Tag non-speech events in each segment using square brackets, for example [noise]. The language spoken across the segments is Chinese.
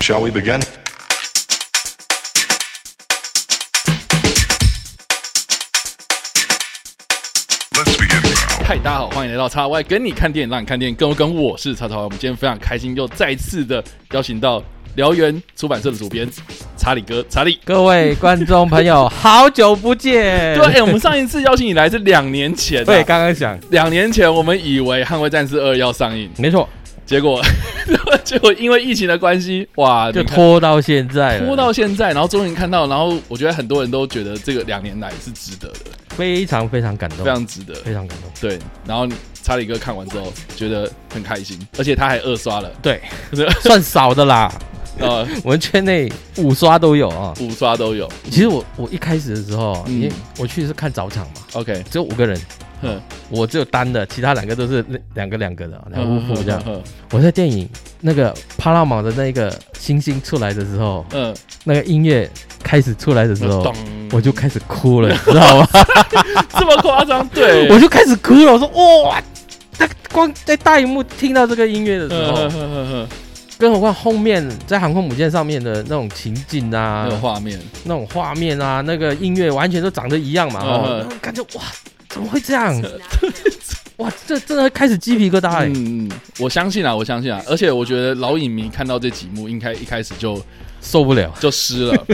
Shall we begin? 嗨，大家好，欢迎来到叉 Y 跟你看电影，让你看电影更跟我是叉叉 Y。我们今天非常开心，又再次的邀请到燎原出版社的主编查理哥， [laughs] 查理。各位观众朋友，好久不见！对，哎、我们上一次邀请你来是两年前、啊，对，，刚刚讲，两年前我们以为《捍卫战士二》要上映，没错，结果 [laughs] 结果因为疫情的关系，哇，就你看拖到现在了，拖到现在，然后终于看到，然后我觉得很多人都觉得这个两年来是值得的，非常非常感动，非常值得。非常感动。对，然后查理哥看完之后觉得很开心，而且他还二刷了，对，对算少 [laughs] 的啦，呃，我们圈内五刷都有啊。五刷都 [laughs] 有。其实我我一开始的时候，嗯因为我去是看早场嘛， OK，嗯只有五个人，哼，我只有单的，其他两个都是两个两个的，两个互补这样。嗯我在电影那个帕拉玛的那个星星出来的时候，嗯，那个音乐开始出来的时候咚，，我就开始哭了，你知道吗？这么夸张， [laughs] 对， [laughs] 我就开始哭了，我说哇，那光在大荧幕听到这个音乐的时嗯候哼，哼哼更何况后面在航空母舰上面的那种情境啊那，个画面，那种画面啊，那个音乐完全都长得一样嘛，嗯哦，感觉哇，怎么会这 [laughs] 样？哇，这真的开始鸡皮疙瘩哎！嗯，嗯我相信啊，我相信啊，而且我觉得老影迷看到这几幕，应该一开始就受不了，就湿 [laughs] 了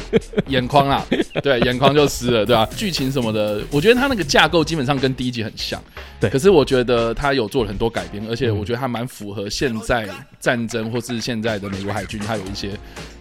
眼眶啦，对，眼眶就湿了，对吧、剧情什么的，我觉得它那个架构基本上跟第一集很像，对嗯可是我觉得它有做了很多改编，而且我觉得它蛮符合现在战争或是现在的美国海军，它有一些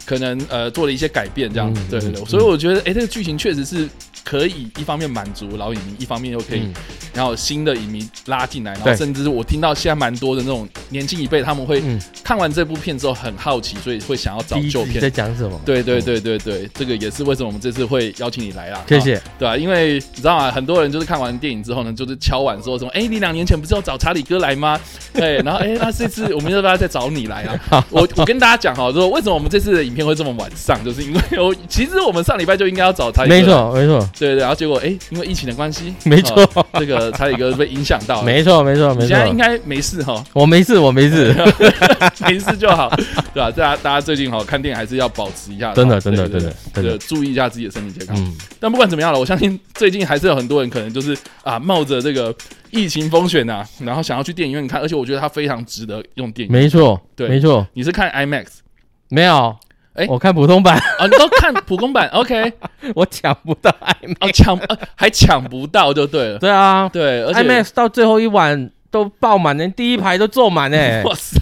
可能呃做了一些改变这样子。嗯对对对，嗯所以我觉得哎、诶这个剧情确实是可以一方面满足老影迷，一方面又可以嗯，然后新的影迷拉进来，然后对甚至是我听到现在蛮多的那种年轻一辈，他们会嗯看完这部片之后很好奇，所以会想要找第一旧集片在。讲什么？对对对对对，这个也是为什么我们这次会邀请你来啦。谢啊，谢。对啊，因为你知道吗？很多人就是看完电影之后呢，就是敲碗说什么：“哎，你两年前不是要找查理哥来吗？” [laughs] 对，然后哎，那这次我们要不要再找你来啊？ [laughs] 我我跟大家讲哈，说为什么我们这次的影片会这么晚上，就是因为我其实我们上礼拜就应该要找查理哥，没，错，没错，对对，然后结果哎，因为疫情的关系，没错，啊，这个查理哥被影响到了，没错，没错，你没现在应错。该没事哈， [laughs] 我没事，我没事。没事就好，对啊吧？大家大家最近哈看电影还是要保持一下，真的，啊真的，对真对的，真对的。注意一下自己的身体健康。嗯，但不管怎么样了，我相信最近还是有很多人可能就是啊，冒着这个疫情风险啊，然后想要去电影院看，而且我觉得它非常值得用电影。没错，对没错，你是看 IMAX 没有。哎我看普 [laughs] 通版，啊？你都看普工版？OK，我抢不到 IMAX。哦，抢、呃还抢不到就对了。对啊对，而且，IMAX 到最后一晚都爆满，连第一排都坐满 [laughs] 哎、哇塞，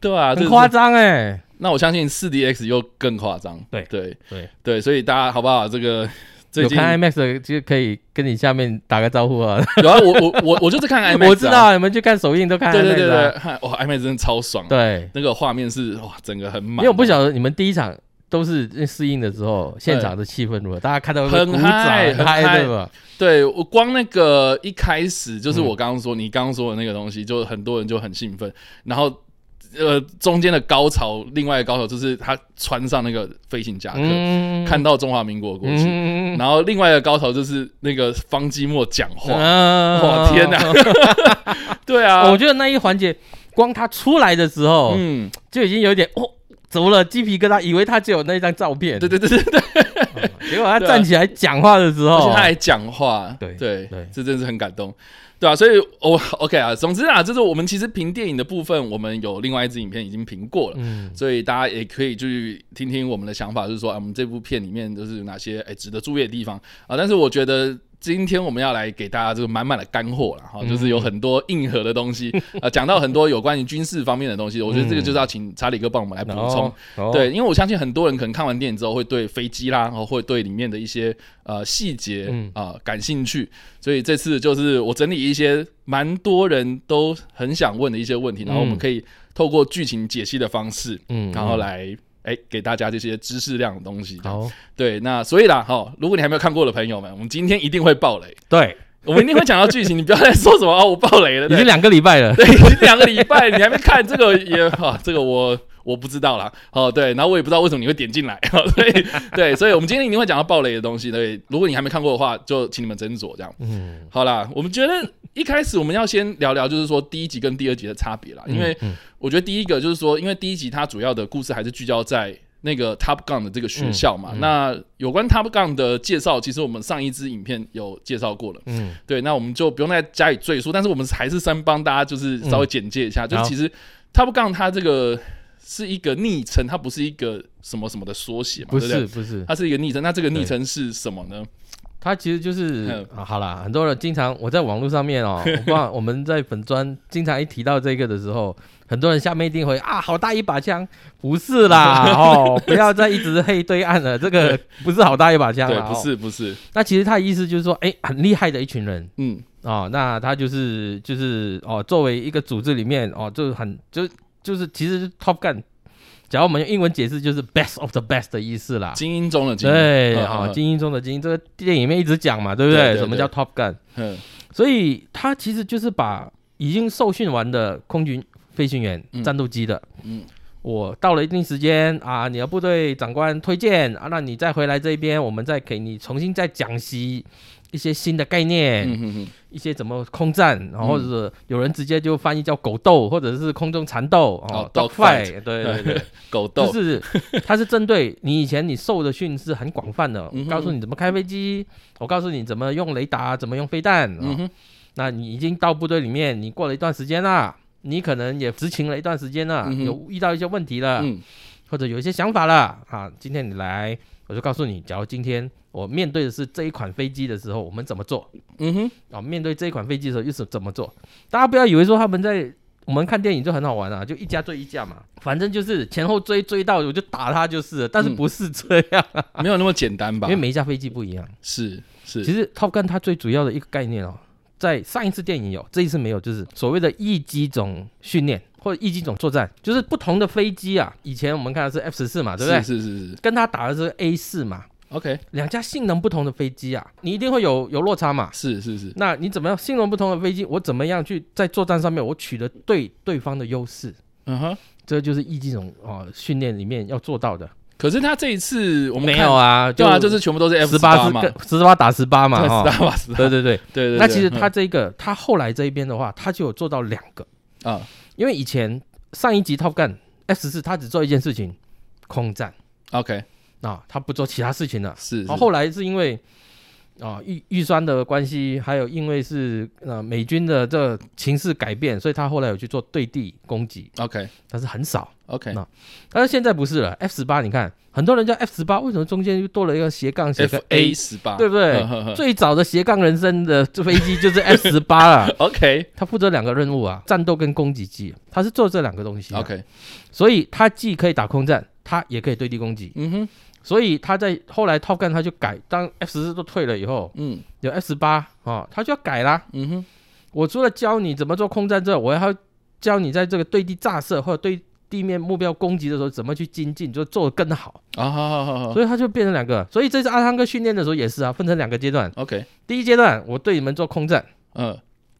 对啊，这很是夸张哎。那我相信四 DX 又更夸张。对对对，对，所以大家好不好？这个最有近看 IMAX 的就可以跟你下面打个招呼啊。有啊，我我我我 [laughs] 就是看 IMAX，、啊、我知道、你们去看首映都看 IMAX 对对对对，啊看哇，IMAX 真的超爽、啊。，对那个画面是哇，整个很满。因为我不晓得你们第一场都是试映的时候，现场的气氛如何，大家看到会很鼓掌嗨很嗨嗨对吧？对我光那个一开始就是嗯我刚刚说、你刚刚说的那个东西，就很多人就很兴奋，然后呃中间的高潮，另外的高潮就是他穿上那个飞行夹克，嗯啊看到中华民国的国旗，嗯然后另外的高潮就是那个方季莫讲话，嗯哦哇天哪！对啊， [laughs] 我觉得那一环节，光他出来的时候，嗯，就已经有点哦，怎么了？鸡皮疙瘩，以为他只有那一张照片，对对对对对， [laughs] 结果他站起来讲话的时而且候他，还讲话，哦对对对这真是很感动，对啊，所以我、OK 啊，总之啊，就是我们其实评电影的部分，我们有另外一支影片已经评过了。嗯，所以大家也可以去听听我们的想法，就是说啊，我们这部片里面就是有哪些哎、值得注意的地方啊。但是我觉得今天我们要来给大家这个满满的干货了哈，就是嗯有很多硬核的东西啊，讲到很多有关于军事方面的东西，我觉得这个就是要请查理哥帮我们来补然充后。，然后对，，因为我相信很多人可能看完电影之后，会对飞机啦，然后会对里面的一些呃细节嗯啊、感兴趣，所以这次就是我整理一些蛮多人都很想问的一些问题，然后我们嗯可以透过剧情解析的方式，嗯然后，来。哎，给大家这些知识量的东西。好，对，那所以啦，哈、如果你还没有看过的朋友们，我们今天一定会爆 [laughs] 雷，对，我们一定会讲到剧情，你不要再说什么哦，我爆雷了。已对经两个礼拜了，对，已经两个礼拜你还没看这个也哈、啊这个我我不知道啦。哦，对，然后我也不知道为什么你会点进来， [laughs] 哦、所以对，所以我们今天一定会讲到暴雷的东西。对，如果你还没看过的话，就请你们斟酌这样。嗯，好啦，我们觉得一开始我们要先聊聊，就是说第一集跟第二集的差别啦，因嗯为我觉得第一个就是说，因为第一集它主要的故事还是聚焦在那个 Top Gun 的这个学校嗯嘛。那有关 Top Gun 的介绍，其实我们上一支影片有介绍过了，嗯嗯，对，那我们就不用再加以赘述，但是我们还是先帮大家就是嗯稍微简介一下，就是好其实 Top Gun 它这个是一个昵称，它不是一个什么什么的缩写嘛，不对不是对？不是，它是一个昵称，那这个昵对称是什么呢？他其实就是嗯、啊好啦，很多人经常我在网络上 [laughs] 面哦，我不知道我们在粉砖经常一提到这个的时候，很多人下面一定会啊，好大一把枪，不是 [laughs] 啦哦，不要再一直黑对岸了，这个不是好大一把枪对，啦，不哦。是，不是，那其实他的意思就是说，哎、很厉害的一群人嗯。哦，那他就是就是哦，作为一个组织里面哦，就是很就就是其实是 Top Gun，假如我们用英文解释就是 best of the best 的意思啦。精英中的精英，对，嗯哦，嗯精英中的精英，这个电影里面一直讲嘛，对不对？对对什么叫 Top Gun？嗯所以他其实就是把已经受训完的空军飞行员、嗯战斗机的，嗯，我到了一定时间啊，你的部队长官推荐啊，那你再回来这边，我们再给你重新再讲习一些新的概念，嗯嗯一些怎么空战，然后或者是有人直接就翻译叫狗斗，或者是空中缠斗哦哦 dog ，dog fight，对对对嗯，，狗就斗，是它是针对你以前你受的训是很广泛的，我嗯哼告诉你怎么开飞机，我告诉你怎么用雷达，怎么用飞弹啊、嗯哼，那你已经到部队里面，你过了一段时间啦，你可能也执勤了一段时间了，嗯哼有遇到一些问题了，嗯或者有一些想法了啊。今天你来，我就告诉你，假如今天我面对的是这一款飞机的时候，我们怎么做嗯哼，啊？面对这一款飞机的时候又是怎么做？大家不要以为说他们在。我们看电影就很好玩啊，就一家追一家嘛，反正就是前后追追到我就打他就是了，但是嗯不是这样，没有那么简单 [laughs] 吧因为？每一架飞机不一样。是其是，实 Top Gun 它最主要的一个概念哦，在上一次电影有，这一次没有，就是所谓的一机种训练或者一机种作战，就是不同的飞机啊。以前我们看的是 F 十四嘛，啊对不对？是是是是跟它打的是 A 四嘛， ，OK，两架性能不同的飞机啊，你一定会有有落差嘛。是是是，那你怎么样性能不同的飞机，我怎么样去在作战上面我取得对对方的优势？嗯哼。这就是一机种哦训练里面要做到的。可是他这一次我们没看有，啊，对啊，就是全部都是 F 十八八嘛，是十八打十八嘛，对，哦十八嘛，十八，对对对。对嗯对。那其实对他这个，他后来这一边的话，他就有做到两个，嗯啊因为以前上一集 Top Gun F 十四，他只做一件事情，空战，OK，啊，他不做其他事情了。是，然是后后来是因为啊预预算的关系，还有因为是呃美军的这情势改变，所以他后来有去做对地攻击， OK 但是很少。 OK 那但是现在不是了，F 十八你看，很多人叫 F 十八，为什么中间又多了一个斜杠斜杠 F A 十八，对不对嗯哼哼最早的斜杠人生的飞机就是 F 十八了。 ？OK [laughs] 他负责两个任务啊，战斗跟攻击机，他是做这两个东西啊、 OK，所以他既可以打空战，他也可以对地攻击。嗯哼，所以他在后来 Top Gun 他就改，当 F 十四都退了以后，嗯有 F 十八啊，他就要改啦。嗯哼，我除了教你怎么做空战之外，我还要教你在这个对地炸射或者对地面目标攻击的时候怎么去精进，就做得更好。啊，好好好好所以他就变成两个。所以这次阿汤哥训练的时候也是啊，分成两个阶段。 ，OK，第一阶段我对你们做空战，嗯，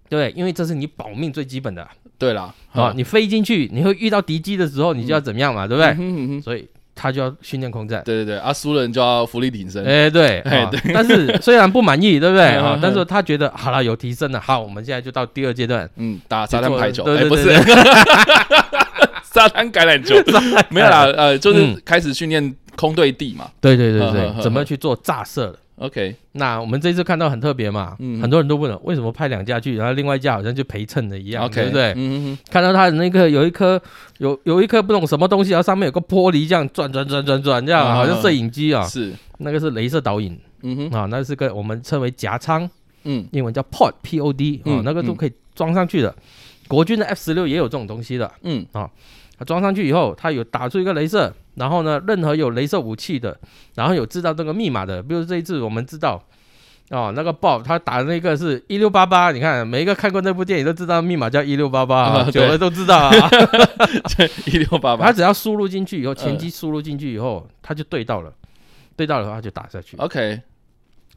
对不对？因为这是你保命最基本的啊。对啦，啊，嗯，你飞进去，你会遇到敌机的时候，你就要怎么样嘛，对嗯不对？哼嗯哼所以他就要训练空战。对对对，啊，输了人就要福利挺身，哎，对，哎啊但是虽然不满意，对不对啊嗯？嗯但是他觉得好了，有提升了，好，我们现在就到第二阶段。嗯，打沙滩排球，对哎、对不是对 [laughs] 沙滩橄榄 [laughs] 球，没有啦，呃，就是嗯开始训练空对地嘛。对对对嗯嗯对嗯嗯怎么去做炸射的？ OK，那我们这次看到很特别嘛，嗯很多人都问了，为什么派两架去，然后另外一架好像就陪衬的一样 OK，对不对？嗯哼看到他的那个有一颗有有一颗不懂什么东西，然后上面有个玻璃这样转转转转转这样，嗯嗯好像摄影机啊哼，，是，那个是镭射导引嗯哼，啊，那是个我们称为夹舱。嗯英文叫 pod p o d 哦，嗯那个都可以装上去的。国军的 F 十六也有这种东西的，嗯 [laughs] 它装上去以后，它有打出一个镭射，然后呢，任何有镭射武器的，然后有知道这个密码的，比如这一次我们知道。哦，那个 Bob 他打的那个是一六八八，你看每一个看过那部电影都知道密码叫一六八八，啊久对了都 [laughs] 知道啊。一六八他八只要输入进去以后，前机输入进去以后，他就对到了，对到了他就打下去， ，OK，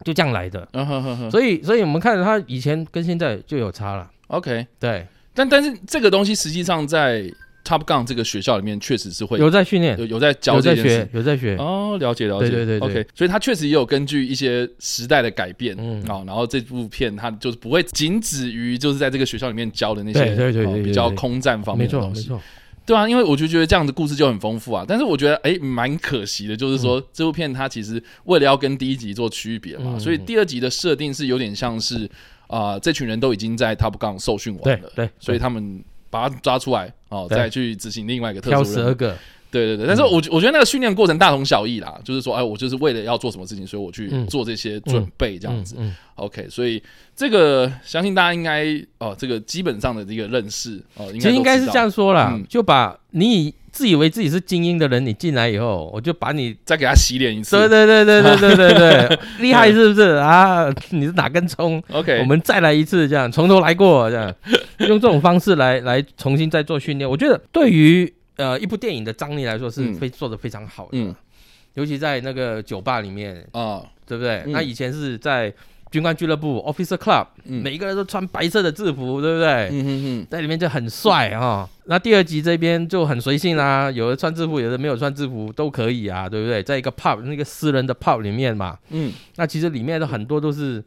就这样来的。啊嗯哼哼哼所以，所以我们看他以前跟现在就有差了， ，OK。对，但但是这个东西实际上在 Top Gun 这个学校里面确实是会有在训练，有有在教有这在件事学，有在学，哦，了解了解，对对对对 OK，所以它确实也有根据一些时代的改变，嗯哦，然后这部片它就是不会仅止于就是在这个学校里面教的那些对对对哦对对比较空战方没面的错东没西，错，对啊，因为我就觉得这样的故事就很丰富啊，但是我觉得哎蛮可惜的，就是说、这部片它其实为了要跟第一集做区别嘛，嗯所以第二集的设定是有点像是啊、这群人都已经在 Top Gun 受训对完了，对，所以他们把他抓出来哦，对再去执行另外一个特挑殊十任务二。个，对对对，但是嗯我、我觉得那个训练过程大同小异啦，就是说，哎，我就是为了要做什么事情，所以我去嗯做这些准备，这样子。嗯，嗯 OK，所以这个相信大家应该哦，这个基本上的一个认识哦，应其该实都应该是知道这，样说啦嗯，就把你以自以为自己是精英的人，你进来以后，我就把你再给他洗脸一次。对对对对对对对 [laughs] 对，厉害是不是啊？你是哪根葱？ OK，我们再来一次，这样从头来过，这 [laughs] 样用这种方式来来重新再做训练。我觉得对于呃一部电影的张力来说是嗯非做的非常好的，嗯尤其在那个酒吧里面，啊对不对？嗯那以前是在军官俱乐部 （Officer Club），、嗯每一个人都穿白色的制服，对不对？嗯嗯嗯在里面就很帅哈、那第二集这边就很随性啦、有的穿制服，有的没有穿制服都可以啊，对不对？在一个 pub 那个私人的 pub 里面嘛，嗯那其实里面的很多都是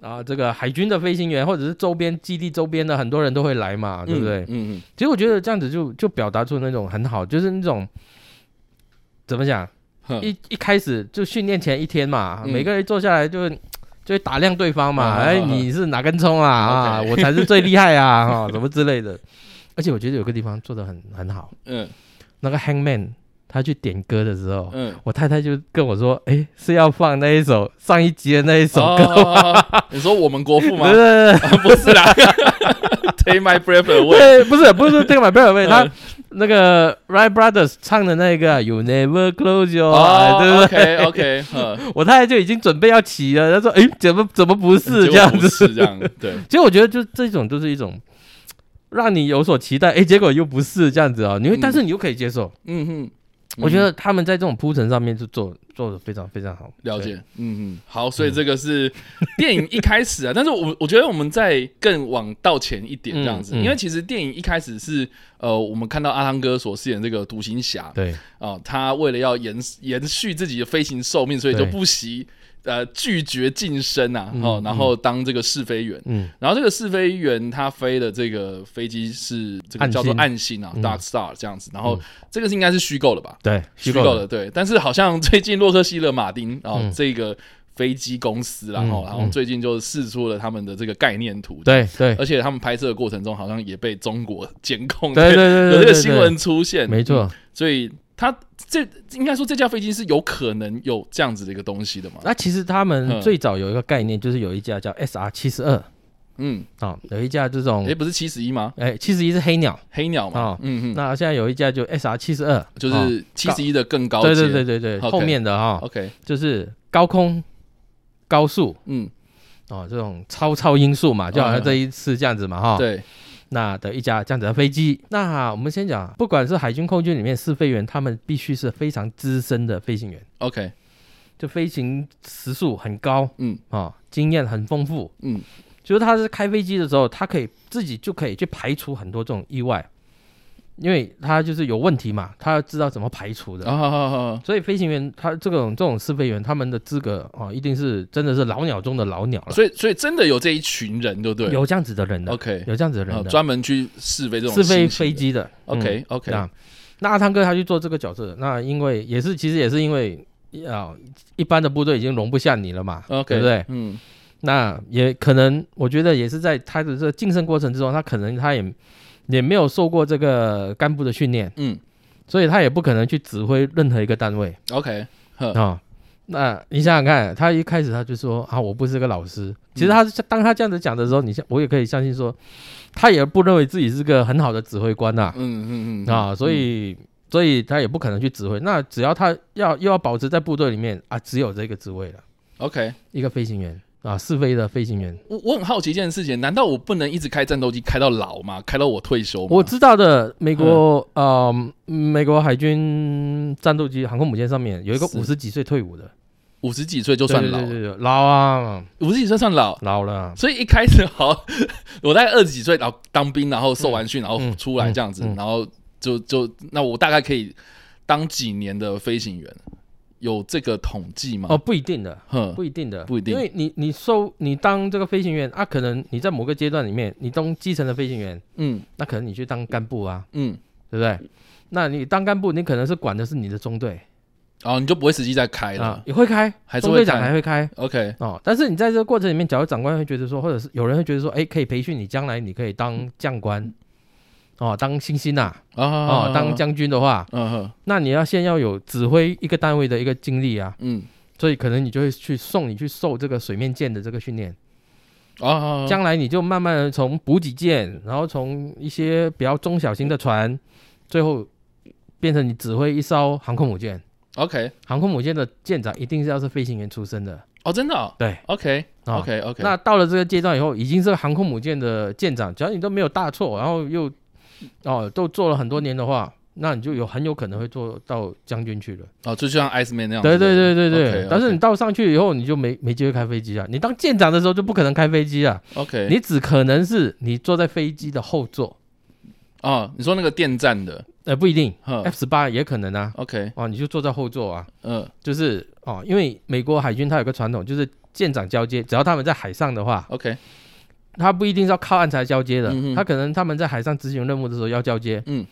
啊、这个海军的飞行员或者是周边基地周边的很多人都会来嘛，嗯，啊对不对？嗯嗯其实我觉得这样子就就表达出那种很好，就是那种怎么讲，哼一一开始就训练前一天嘛，嗯每个人坐下来就。就会打量对方嘛，嗯嗯嗯哎，嗯你是哪根 [laughs] 葱啊？啊， OK 我才是最厉害啊， [laughs] 哈，什么之类的。而且我觉得有个地方做的很很好，嗯那个 Hangman 他去点歌的时候， [laughs] 嗯，我太太就跟我说，哎，是要放那一首上一集的那一首歌吗哦，你说我们国父吗 [laughs] 对？对啊不是啦，Take my breath [laughs] 对 away。对，不是不是 Take My Breath Away，他嗯那个 Wright Brothers 唱的那个 You Never Close Your 哦 Eyes，对不哎对？ ，OK OK，嗯，我太太就已经准备要起了，她说：“哎，怎么怎么不嗯结是这果样不子？”是这样，对，其实我觉得就这种就是一种让你有所期待，哎，结果又不是这样子啊，你会，嗯但是你又可以接受。嗯哼，我觉嗯得他们在这种铺陈上面就做做的非常非常好，了解对。，嗯嗯，好，所以这个是电影一开始啊，但是我我觉得我们再更往到前一点这样子，嗯嗯因为其实电影一开始是呃，我们看到阿汤哥所饰演这个独行侠啊、对，哦他为了要延延续自己的飞行寿命，所以就对不惜呃拒绝晋升啊，嗯哦，嗯然后当这个试飞员。嗯，然后这个试飞员他飞的这个飞机是这个暗星叫做暗星啊嗯 （Dark Star） 这样子，然后这个是应该是虚构的吧？对，虚虚构构的，的，对。但是好像 [laughs] 最近洛克希勒马丁啊、哦嗯这个飞机公司啦，然哦嗯后、然后嗯最近就试出了他们的这个概念图，对对而且他们拍摄的过程中好像也被中国监控，对对对， [laughs] 有这对个新，闻出对现，对没错嗯。。所以他这应该说这架飞机是有可能有这样子的一个东西的嘛？那其实他嗯们最早有一个概念，就是有一架叫 SR 七十二嗯，啊，有一架这哎、种，不是七十一吗？哎，七十一是黑鸟，黑鸟嘛，哦嗯嗯，那现在有一架就 SR 七十二，就是七十一的更高哦阶，对对对对对， OK 后面的哈， ，OK，就是高空、高速嗯，哦，这种超超音速嘛，就好嗯像这一次这样子嘛哈。，对，那的一架这样子的飞机，那我们先讲，不管是海军、空军里面试飞员，他们必须是非常资深的飞行员， ，OK，就飞行时速很高嗯啊，经验很丰富，嗯，就是他是开飞机的时候，他可以自己就可以去排除很多这种意外，因为他就是有问题嘛，他知道怎么排除的。啊好好好，所以飞行员他这种这种试飞员，他们的资格啊，一定是真的是老鸟中的老鸟了。所以所以真的有这一群人，对不对？有这样子的人的 OK，有这样子的啊人的，专门去试飞这种试飞新型飞的。机的。嗯 OK OK，那那阿汤哥他去做这个角色，那因为也是其实也是因为啊，一般的部队已经容不下你了嘛 OK，对不对？嗯那也可能我觉得也是在他的这个晋升过程之中，他可能他也也没有受过这个干部的训练，嗯所以他也不可能去指挥任何一个单位。 ，OK，啊、呃那你想想看，他一开始他就说啊，我不是个老师。其实他嗯是当他这样子讲的时候，你像我也可以相信说，他也不认为自己是个很好的指挥官呐、嗯嗯嗯啊，所以、所以他也不可能去指挥。那只要他要又要保持在部队里面啊，只有这个职位了， OK，一个飞行员啊，试飞的飞行员。我我很好奇一件事情，难道我不能一直开战斗机开到老吗？开到我嗯退休吗？我知道的，美国呃，美国海军战斗机航空母舰上面有一个是五十几岁退伍的，五十几岁就算老对了，对对对老啊，五十几岁算老。老了。啊所以一 [laughs] 开始好，我大概二十几岁，然后当兵，然后受完训，然后嗯出来这样子，嗯嗯然后就就那我大概可以当几年的飞行员，有这个统计吗？哦，，不一定的，哼，不一定的，嗯不一定因为你你收你当这个飞行员啊，可能你在某个阶段里面，你当基层的飞行员，嗯那可能你去当干部啊，嗯，对不对？那你当干部，你可能是管的是你的中队然哦后你就不会实际再开啊了，。也会开，还是中会队长开还会开 OK，哦。但是你在这个过程里面，假如长官会觉得说，或者是有人会觉得说，哎，可以培训你将来你可以嗯当将官，哦，当星星呐，啊哦，当将军的话，嗯哼那你要先要有指挥一个单位的一个经历啊，嗯所以可能你就会去送你去受这个水面舰的这个训练。啊，将来你就慢慢的从补给舰，然后从一些比较中小型的船，最后变成你指挥一艘航空母舰。 OK，航空母舰的舰长一定是要是飞行员出身的，哦，真的哦对。 ，OK 啊 OK OK，那到了这个阶段以后，已经是航空母舰的舰长，只要你都没有大错，然后又嗯哦都做了很多年的话，那你就有很有可能会做到将军去了。哦，就像 Ice Man 那样子，对对对对对。 OK，OK 但是你到上去以后，你就没没机会开飞机啊。你当舰长的时候就不可能开飞机啊， OK，你只可能是你坐在飞机的后座。哦，你说那个电站的，呃，不一定哼，F 十八也可能嗯啊。，OK，哦，你就坐在后座啊，嗯就是哦，因为美国海军它有个传统，就是舰长交接，只要他们在海上的话， ，OK，他不一定是要靠岸才交接的，嗯哼他可能他们在海上执行任务的时候要交接。嗯，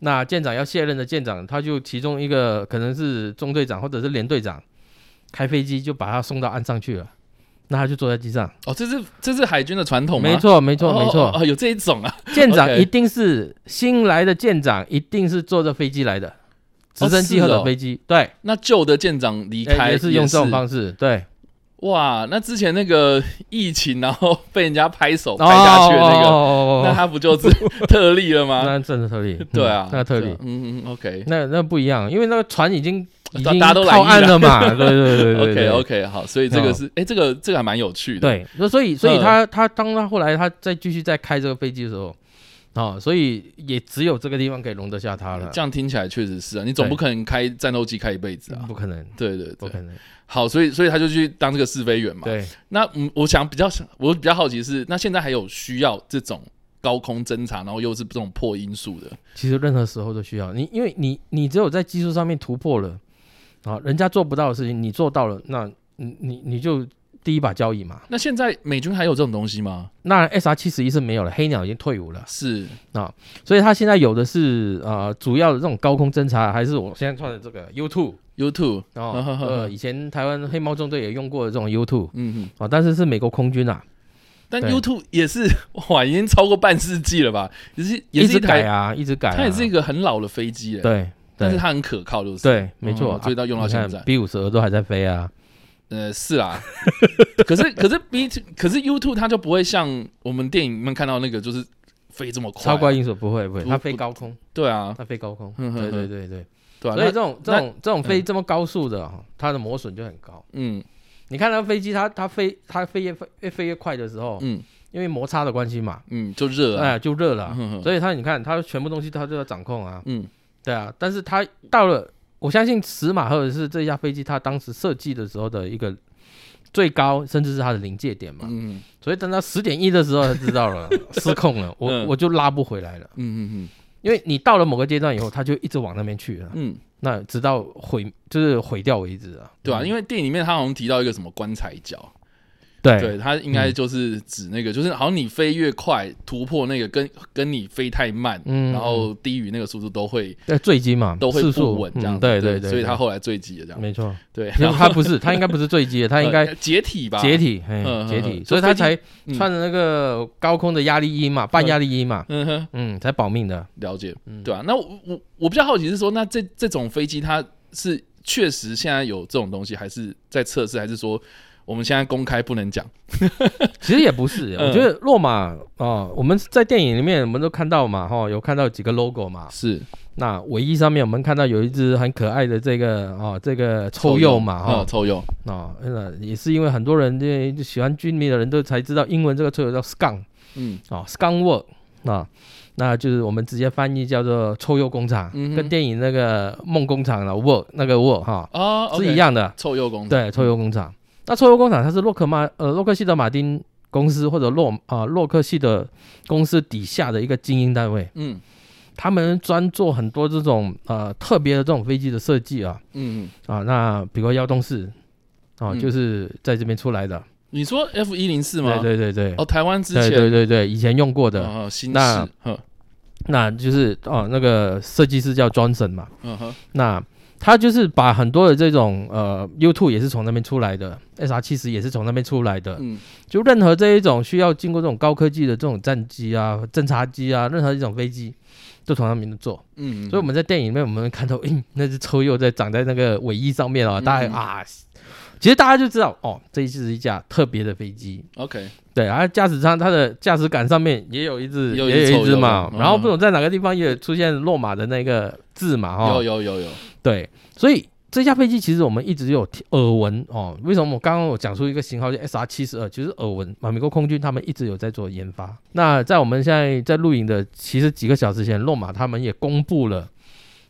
那舰长要卸任的舰长，他就其中一个可能是中队长或者是连队长，开飞机就把他送到岸上去了，那他就坐在机上。哦，这是这是海军的传统吗？没错，没没错，没错，哦，有这一种啊，舰长 OK 一定是新来的舰长，一定是坐着飞机来的，直升机是或哦者飞机，对。那旧的舰长离哎开也是用这种方式，对，哇，那之前那个疫情，然后被人家拍手拍哦下去的那个，哦那哦哦他不就是特例了哦吗？那真的特例，嗯对啊，那特对例啊，嗯嗯，OK 哦那那不一样，因为那个船已经已经大家都来靠意岸了了嘛， [laughs] 对对对对 OK 对 OK，好，所以这个是，哎，这个这个还蛮有趣的，对，那所以所以嗯他他当他后来他再继续再开这个飞机的时候，哦，所以也只有这个地方可以容得下他了这，样听起来确实是啊，你总对嗯不可能开战斗机开一辈子啊，不可能，对对不对，可能，好，所以所以他就去当这个试飞员嘛，对，那嗯，我想比较想，我比较好奇是，那现在还有需要这种高空侦察，然后又是这种破音速的，其实任何时候都需要你，因为你你只有在技术上面突破了，啊，人家做不到的事情你做到了，那你你你就第一把交椅嘛。那现在美军还有这种东西吗？那 S R 七十一是没有了，黑鸟已经退伍了，是所以它现在有的是呃主要的这种高空侦察，还是我现在穿的这个 U two YouTube，哦，呃以前台湾黑猫中队也用过的这种 U two 嗯，哦，但是是美国空军啊，但对 YouTube 也是哇，已经超过半世纪了吧？也是也一是直台，改啊，一直改、啊，它也是一个很老的飞机了，对但是对它很可靠，就是对，没错啊嗯，所以到用到现在 B 五十二都还在飞啊，呃是啦，可是可是 B 可是 YouTube 它就不会像我们电影里面看到那个就是飞这么快，啊超过音速不会不会，不它飞高空，对啊它飞高空，嗯哼对对哼对对，对啊，所以这那种这种这种飞这么高速的哦，它的磨损就很高。嗯你看它飞机，它它飞它飞越飞越飞越快的时候，嗯因为摩擦的关系嘛，嗯就热啊，哎，就热了啊，嗯所以它你看它全部东西它都要掌控啊，嗯对啊，但是它到了，我相信尺码或者是这架飞机它当时设计的时候的一个最高，甚至是它的临界点嘛，嗯所以等到十点一的时候它知道 [laughs] 了失控了，我、嗯我就拉不回来了，嗯嗯因为你到了某个阶段以后，它就一直往那边去了，嗯，那直到毁就是毁掉为止啊，对啊，因为电影里面他好像提到一个什么棺材角，对对他应嗯该就是指那个，就是好像你飞越快突破那个跟跟你飞太慢，嗯然后低于那个速度都会呃坠机嘛，都会次不数稳这样嗯子，对对对，所以他后来坠机了这样，没错，对，就然它后不是它应该不是坠机的，它 [laughs] 应该呃解体吧，解，体，嗯嗯嗯，解嗯体，就所以他飞机才嗯穿着那个高空的压力衣嘛，半压力衣嘛，嗯哼，嗯，才保命的。了解，嗯对啊，那我我我比较好奇是说，那这这种飞机它是确实现在有这种东西，还是在测试，还是说我们现在公开不能讲？其实也不是，嗯我觉得洛马哦，我们在电影里面我们都看到嘛，哈，有看到几个 logo 嘛。是那尾翼上面我们看到有一只很可爱的这个哦，这个臭鼬嘛，嗯哈，抽油，哦，那也是因为很多人这就喜欢军迷的人都才知道英文这个臭鼬叫 skunk 嗯哦，skunk work 啊。那就是我们直接翻译叫做“臭鼬工厂”，嗯哼跟电影那个梦工厂的 “work” 那个 “work” 哈、哦是一样，样的。臭鼬工对，臭鼬工厂。那臭鼬工厂它是洛克马呃洛克希德马丁公司或者洛啊、洛克希德公司底下的一个精英单位。嗯他们专做很多这种呃特别的这种飞机的设计啊嗯，啊，那比如说幺洞四啊，嗯就是在这边出来的，你说 F 一零四吗？对对对对，哦，台湾之对前对对对，以前用过的，哦，新式，那呵那就是哦那个设计师叫 Johnson 嘛，嗯哼，那他就是把很多的这种呃 U two 也是从那边出来的，SR 七十也是从那边出来的，嗯就任何这一种需要经过这种高科技的这种战机啊、侦察机啊，任何一种飞机，都从他们做。嗯，所以我们在电影里面，我们看到，嗯，那只臭鼬在长在那个尾翼上面啊，嗯大家、啊，其实大家就知道，哦，这是一架特别的飞机。 OK，对，然后驾驶舱它的驾驶杆上面也有一只，也有一只也有一只臭鼬嘛。嗯然后不懂在哪个地方也有出现落马的那个字嘛，哈、有有有有，对，所以这架飞机其实我们一直有听耳闻哦。为什么我刚刚我讲出一个型号叫 SR 七十二，其实耳闻，啊美国空军他们一直有在做研发。那在我们现在在录影的，其实几个小时前，洛马他们也公布了。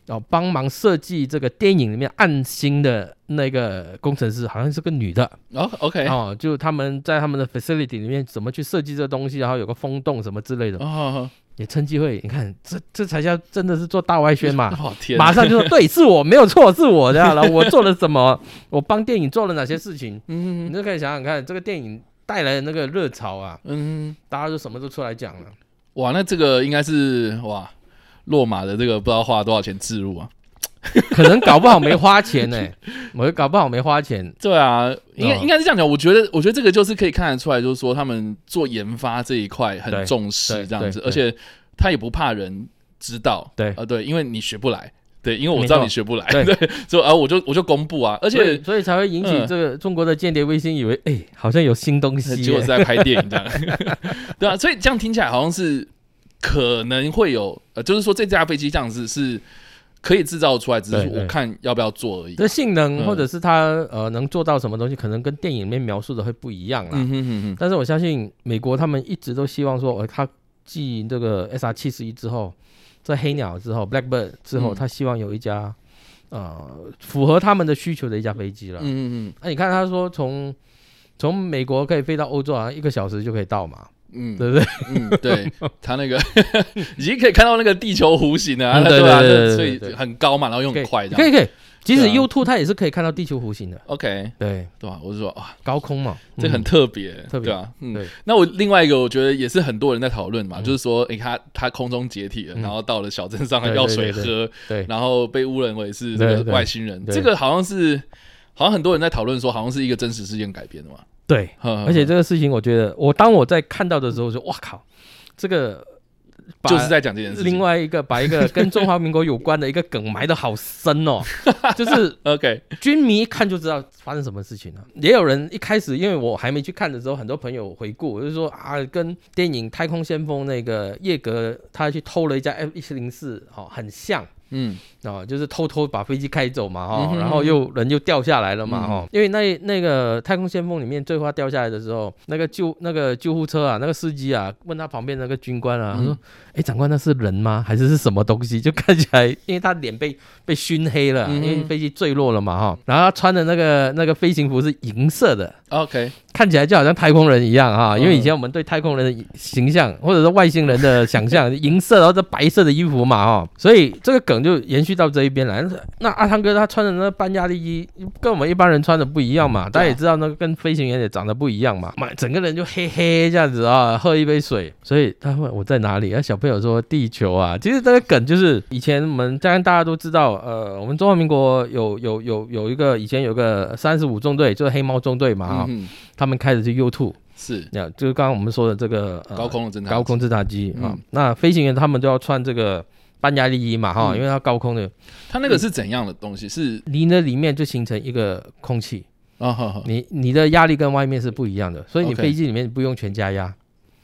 哦，帮忙设计这个电影里面暗星的那个工程师，好像是个女的哦 OK，哦哦，就他们在他们的 facility 里面怎么去设计这东西，然后有个风洞什么之类的，哦，也趁机会，你看这这才叫真的是做大外宣嘛，哦 [laughs] 天，马上就说对，是我没有错，是我这样了。 [laughs] 我做了什么？我帮电影做了哪些事情？你嗯就可以想想看，这个电影带来的那个热潮啊，嗯，大家就什么都出来讲了。哇，那这个应该是哇，落马的这个不知道花了多少钱置入啊？可能搞不好没花 [laughs] 钱呢、我搞不好没花钱。对啊，应该嗯应该是这样讲。我觉得，我觉得这个就是可以看得出来，就是说他们做研发这一块对很重视对这样子，对而且他也不怕人知道。对啊，对，因为你学不来，对，因为我没知错道你学不来，对对，所以啊， [laughs] 我就我就公布啊，而而且所以才会引起嗯这个中国的间谍卫星以为，哎、好像有新东西、结果是在拍电影这样， [laughs] 对啊，所以这样听起来好像是可能会有，呃，就是说这架飞机这样子是可以制造出来，只是对对我看要不要做而已。这性能嗯或者是它呃能做到什么东西，可能跟电影里面描述的会不一样啦。嗯哼哼哼，但是我相信美国他们一直都希望说，呃，他继这个 SR 七十一之后，这黑鸟之后，Blackbird 之嗯后，他希望有一家呃符合他们的需求的一架飞机了。那、嗯嗯你看他说从从美国可以飞到欧洲，好像一个小时就可以到嘛，嗯嗯对不对？嗯， [laughs] 对，它那个已经可以看到那个地球弧形了啊，嗯它对吧？对对那对所对以对很高嘛，然后又可很以快这可样。以可以，即使对啊 U two 它也是可以看到地球弧形的， OK，对，对吧？我就说啊，高空嘛，这很嗯特别，特别对吧？嗯对，那我另外一个我觉得也是很多人在讨论嘛，嗯就是说，你看它空中解体了，嗯然后到了小镇上对对要水对喝，对然后被误认为是这对个对外星人，对这个好像是好像很多人在讨论说，好像是一个真实事件改编的嘛，对。而而且这个事情，我觉得我当我在看到的时候，我就哇靠，这个把就是在讲这件事情。另外一个把一个跟中华民国有关的一个梗埋得好深哦， [laughs] 就是，OK，军迷一看就知道发生什么事情了。也有人一开始因为我还没去看的时候，很多朋友回顾，我就说啊，跟电影《太空先锋》那个叶格他去偷了一架 F 一零四哦，很像。嗯哦，就是偷偷把飞机开走嘛，嗯哦，哼嗯然后又人就掉下来了嘛，哦，因为那那个太空先锋里面最后他掉下来的时候，那个救那个救护车啊，那个司机啊，问他旁边那个军官啊，他说嗯：“哎，长官，那是人吗？还是是什么东西？”就看起来，因为他脸被被熏黑了，嗯哼因为飞机坠落了嘛，哈、然后他穿的那个那个飞行服是银色的。 ，OK，看起来就好像太空人一样啊，嗯因为以前我们对太空人的形象，或者是外星人的想象，银色然后这白色的衣服嘛，哦，所以这个梗就延续到这一边来。那阿汤哥他穿的那班亚利衣，跟我们一般人穿的不一样嘛，大家也知道那个跟飞行员也长得不一样嘛，嘛整个人就黑黑这样子啊，喝一杯水，所以他问我在哪里，啊小朋友说地球啊，其实这个梗就是以前我们当然大家都知道，呃，我们中华民国有有有有一个以前有个三十五纵队，就是黑猫纵队嘛、啊。嗯哼，他们开的是 U two，是那就是刚刚我们说的这个、呃高空的侦探，高空侦察机啊、嗯那飞行员他们都要穿这个半压力衣嘛哈、嗯因为它高空的，它那个是怎样的东西？是你那里面就形成一个空气，啊，好好你你的压力跟外面是不一样的，所以你 OK 飞机里面不用全加压，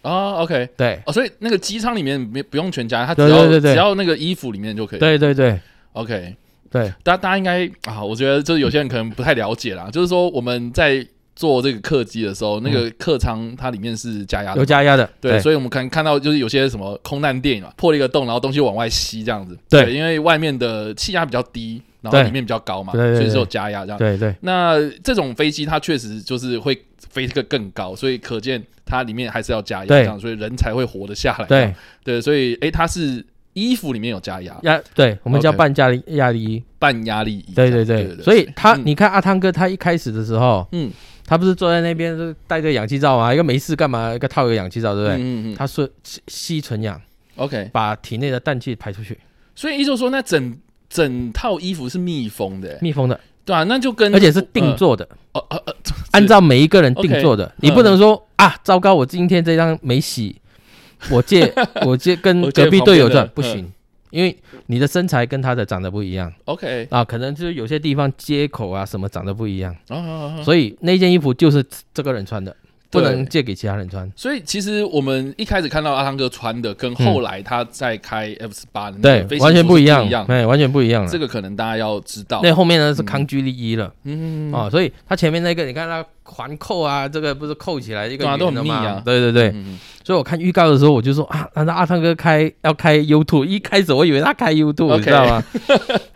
啊，OK，对哦，所以那个机舱里面没不用全加，它只对要对对对只要那个衣服里面就可以。对对对 OK，对，大大家应该啊，我觉得就是有些人可能不太了解啦，就是说我们在做这个客机的时候，那个客舱它里面是加压的嗯有嘛。加压的，啊对，所以我们看看到就是有些什么空难电影啊，破了一个洞，然后东西往外吸这样子。对因为外面的气压比较低，然后对里面比较高嘛，对对对所以是有加压这样。对对那这种飞机它确实就是会飞得更高，所以可见它里面还是要加压对这样，所以人才会活得下来。对，对，所以诶，它是衣服里面有加压，压对，我们叫 OK 半压力压力衣，半压力衣这对样。对对对，所以他嗯你看阿汤哥他一开始的时候，嗯，他不是坐在那边就是戴着氧气罩吗？一个没事干嘛，一个套一个氧气罩，对不对？嗯嗯嗯他说吸吸纯氧， ，OK。把体内的氮气排出去，所以依旧说，那整整套衣服是密封的、欸，密封的，对啊，那就跟而且是定做的，呃嗯哦哦哦，按照每一个人定做的。你不能说啊，糟糕，我今天这张没洗， [laughs] 我借我借跟我借隔壁队友旁边赚的嗯不行，因为你的身材跟他的长得不一样 OK，啊，可能就是有些地方接口啊什么长得不一样。哦哦哦，所以那件衣服就是这个人穿的，不对嗯能借给其他人穿。所以其实我们一开始看到阿汤哥穿的，跟后来他在开 F 十八的那对个飞，行完全服是不一样，样，哎，完全不一样了这。个嗯可能大家要知道。那后面呢是康居利一了嗯，啊，所以他前面那个你看他环扣啊，这个不是扣起来一个对啊都很圆的密啊嘛？对对对，嗯，所以我看预告的时候我就说啊，难道阿汤哥开要开 U two？一开始我以为他开 U two， OK 你知道 [laughs] 吗？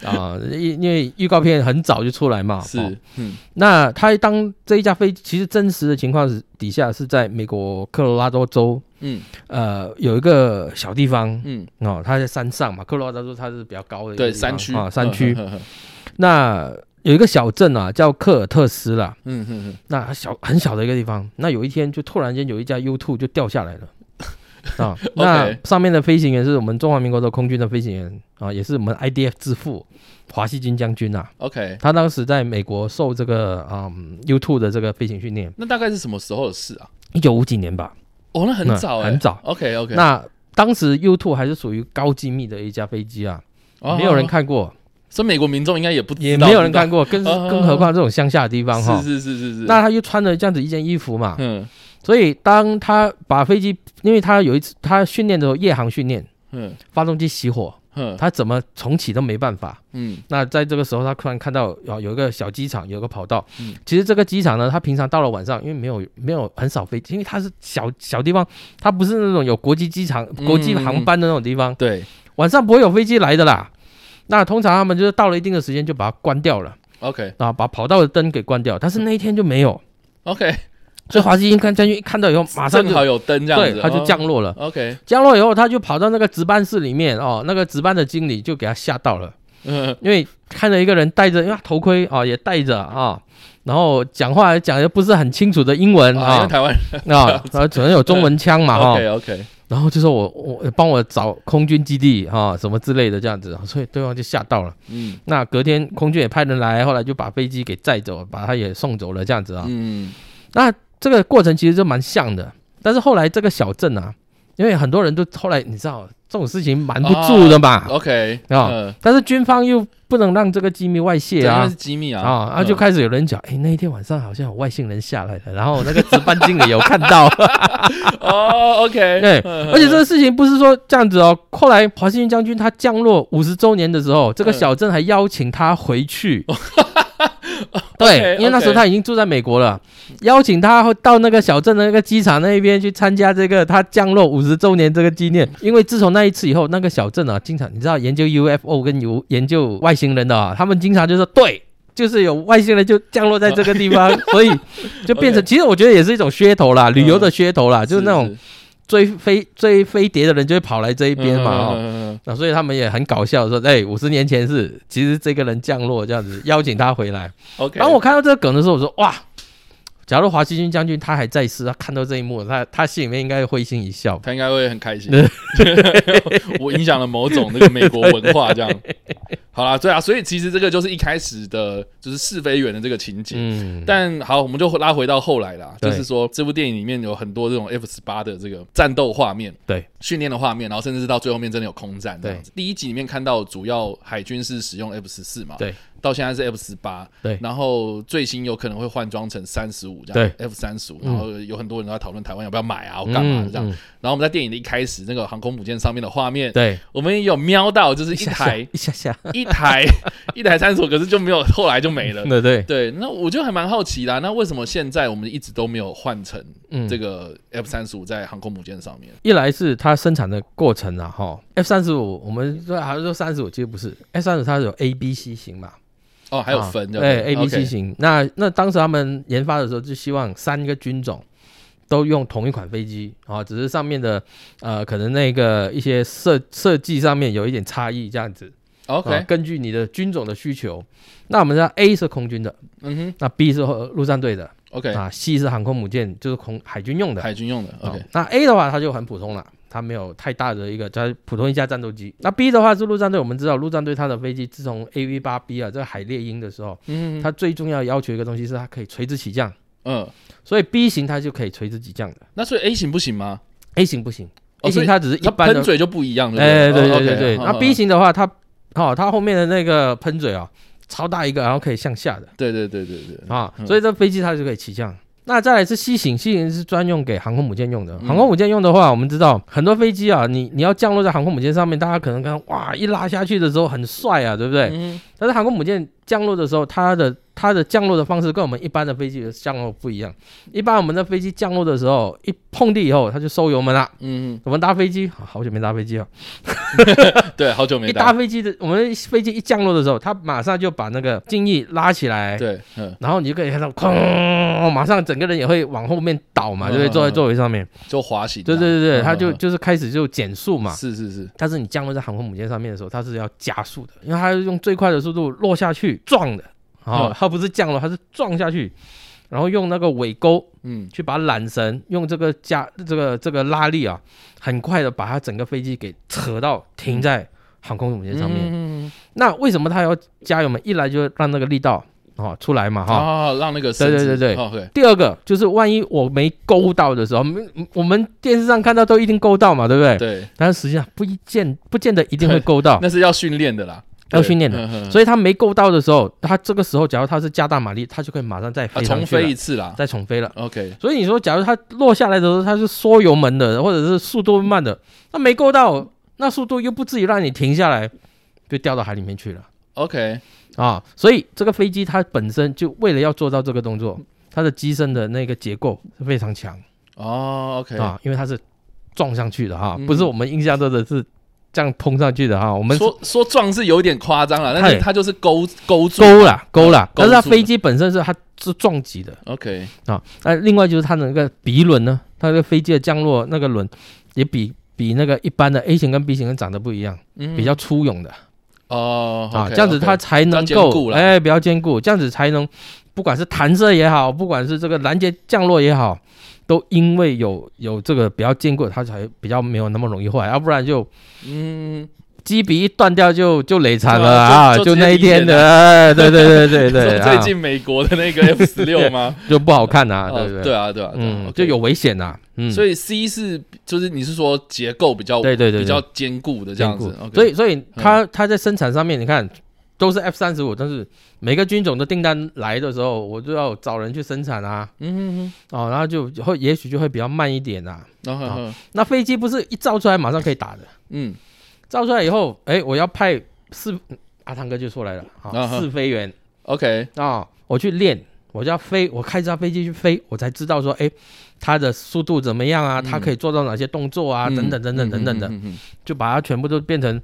啊，因因为预告片很早就出来嘛，哦是，嗯那他当这一架飞，其实真实的情况是底下是在美国科罗拉多州，嗯呃，有一个小地方，嗯，哦，它在山上嘛，科罗拉多州它是比较高的一个对，地方山区啊，山区。嗯那有一个小镇啊，叫科尔特斯啦，嗯嗯，那小很小的一个地方。那有一天就突然间有一架 U two 就掉下来 [laughs] 了。啊，那 OK 上面的飞行员是我们中华民国的空军的飞行员啊，也是我们 IDF 之父华西军将军啊。 OK，他当时在美国受这个嗯 U two 的这个飞行训练，那大概是什么时候的事啊？一九五几年吧。哦，那很那早欸，很早 OK OK，那当时 U two 还是属于高机密的一架飞机啊，没有人，看过，所以美国民众应该也不也哦知道，没有人看过，更哦哦哦更何况这种乡下的地方哈。是是是是是。那他又穿了这样子一件衣服嘛，嗯所以当他把飞机，因为他有一次他训练的时候夜航训练，嗯发动机熄火，嗯他怎么重启都没办法。嗯那在这个时候，他突然看到有有一个小机场，有个跑道。嗯其实这个机场呢，他平常到了晚上，因为没有没有很少飞机，因为它是小小地方，它不是那种有国际机场、嗯国际航班的那种地方，对晚上不会有飞机来的啦。那通常他们就是到了一定的时间就把它关掉了。 ，OK 啊，把跑道的灯给关掉，但是那一天就没嗯有， OK，所以华西军看将军一看到以后，马上正就好有灯这样对子，他就降落了。哦 OK，降落以后，他就跑到那个值班室里面哦，那个值班的经理就给他吓到了，嗯因为看着一个人戴着，因为他头盔啊、哦也戴着啊、然后讲话讲的不是很清楚的英文啊，因啊为台湾人啊，然后只能有中文腔 [laughs] 嘛哈、 OK OK，然后就说我我帮我找空军基地啊、什么之类的这样子，所以对方就吓到了。嗯那隔天空军也派人来，后来就把飞机给载走，把他也送走了这样子啊。嗯那这个过程其实就蛮像的，但是后来这个小镇啊，因为很多人都后来你知道这种事情瞒不住的嘛，哦 OK 啊嗯但是军方又不能让这个机密外泄对因为啊是。机密啊啊，然后就嗯开始有人讲，哎、那一天晚上好像有外星人下来了，然后那个值班经理有看到，哦 OK，对， [laughs] 嗯而且这个事情不是说这样子哦。后来华盛顿将军他降落五十周年的时候，这个小镇还邀请他回去。对， OK，因为那时候 OK 他已经住在美国了，邀请他到那个小镇的那个机场那一边去参加这个他降落五十周年这个纪念。因为自从那一次以后，那个小镇啊，经常你知道研究 UFO 跟有研究外星人的啊，他们经常就说对。就是有外星人就降落在这个地方，所以就变成，其实我觉得也是一种噱头啦，旅游的噱头啦，就是那种追飞追飞碟的人就会跑来这一一边嘛、哦，嘛，那、所以他们也很搞笑说，哎，五十年前是其实这个人降落这样子，邀请他回来。 OK，然后我看到这个梗的时候，我说哇，假如华西军将军他还在世，他看到这一幕，他他心里面应该会心一笑。他应该会很开心， [laughs] 我影响了某种那个美国文化这样。好啦，对啊，所以其实这个就是一开始的，就是试飞员的这个情节。嗯，但好，我们就拉回到后来啦，就对是说这部电影里面有很多这种 F 十八的这个战斗画面，对，训练的画面，然后甚至是到最后面真的有空战这样对子。第一集里面看到主要海军是使用 F 十四嘛，对，到现在是 F 十八，对然后最新有可能会换装成三十五这样，F 三十五，然后有很多人都在讨论台湾要不要买啊，我干嘛的这样。嗯嗯然后我们在电影的一开始，那个航空母舰上面的画面，对，我们也有瞄到，就是一一下台下一下下， [laughs] 一台一台三十五，可是就没有，后来就没了。对对，对，那我就还蛮好奇啦。那为什么现在我们一直都没有换成嗯，这个 F 三十五在航空母舰上面？一来是它生产的过程啊，哈，F 三十五，我们说还是说三十五，其实不是，F 三十它有 A、B、C 型嘛，哦，还有分的，啊对 A、B、C OK 型。那那当时他们研发的时候就希望三个军种都用同一款飞机啊，只是上面的呃可能那个一些设设计上面有一点差异这样子。啊，OK，根据你的军种的需求，那我们知道 A 是空军的，嗯哼那 B 是呃陆战队的， ，OK，啊 C 是航空母舰，就是空海军用的。海军用的哦，OK，那 A 的话，它就很普通了，它没有太大的一个，它普通一架战斗机。那 B 的话是陆战队，我们知道陆战队它的飞机自从 AV 八 B 啊，这个海猎鹰的时候，嗯哼，它最重要要求一个东西是它可以垂直起降，嗯，所以 B 型它就可以垂直起降的那所以 A 型不行吗？ ，A 型不行哦，A 所型以它只是一它般喷的，嘴就不一样了，哎，对哦对，OK，对对。好那好 B 型的话，它哦，它后面的那个喷嘴啊，超大一个，然后可以向下的。嗯对对对对对，啊嗯，所以这飞机它就可以起降。那再来是 C 型，C 型是专用给航空母舰用的。嗯航空母舰用的话，我们知道很多飞机啊，你你要降落在航空母舰上面，大家可能看哇一拉下去的时候很帅啊，对不对？嗯哼但是航空母舰降落的时候，它的它的降落的方式跟我们一般的飞机的降落不一样。一般我们的飞机降落的时候，一碰地以后，它就收油门了。嗯我们搭飞机，好好久没搭飞机了。哼，对，好久没一搭打，飞机的，我们飞机一降落的时候，它马上就把那个襟翼拉起来，对，嗯，然后你就可以看到，哐，马上整个人也会往后面倒嘛，对不对？嗯坐在座位上面，就滑行，对对对对，嗯它就嗯就是开始就减速嘛。是是是，但是你降落在航空母舰上面的时候，它是要加速的，因为它是用最快的速度落下去撞的，哦嗯，它不是降落，它是撞下去，然后用那个尾钩嗯去把缆绳用这个加这个这个拉力啊，很快的把它整个飞机给扯到停在航空母舰上面。面那为什么它要加油门？一来就让那个力道哦出来嘛，哈、啊，让那个绳对对子对对哦，OK，第二个就是，万一我没勾到的时候，没我们电视上看到都一定勾到嘛，对不对？对，但是实际上不一见不见得一定会勾到，那是要训练的啦，嗯要训练的的所以他没勾到的时候，他这个时候假如他是加大马力，他就可以马上再啊，飞上重去了飞一次啦再重飞了。 ，OK，所以你说，假如他落下来的时候他是缩油门的，或者是速度慢的，那没勾到，那速度又不至于让你停下来，就掉到海里面去了 OK，啊。所以这个飞机它本身就为了要做到这个动作，它的机身的那个结构是非常强。哦，OK，啊，因为它是撞上去的哈，嗯不是我们印象中的是这样碰上去的哈。我们说说撞是有点夸张了，但太是它就是勾勾住勾啦勾啦，勾但是它住飞的机本身是它是撞击的，OK，啊。那另外就是它的那个鼻轮呢，它那个飞机的降落那个轮也比比那个一般的 A 型跟 B 型跟长得不一样，嗯比较粗勇的哦啊， ，OK，这样子 OK 它才能比较坚够固啦哎比较坚固，这样子才能不管是弹射也好，不管是这个拦截降落也好。都因为有有这个比较坚固，它才比较没有那么容易坏，要不然就嗯，机鼻一断掉就就累惨了对啊啊！就就就那一直接天理解的，哎，对对对对对， [laughs] 说最啊近美国的那 [laughs] 个 F 十六吗？就不好看啊，哦对不对对？啊，对啊，对啊嗯， OK 就有危险呐，嗯，所以以 C 是就是你是说结构比较对对对比较坚固的这样子坚，固 OK 嗯所以所以它它在生产上面，你看都是 F 三十五，但是每个军种的订单来的时候，我就要找人去生产啊，嗯哦，然后就会也许就会比较慢一点啊。哼哼，然后好呵呵那飞机不是一造出来马上可以打的，嗯造出来以后，哎，我要派试阿汤哥就出来了，啊啊，哈试飞员。 OK 啊、我去练，我就要飞，我开着架飞机去飞，我才知道说，哎，它的速度怎么样啊？它可以做到哪些动作啊？嗯等等等等嗯等等的，嗯嗯就把它全部都变成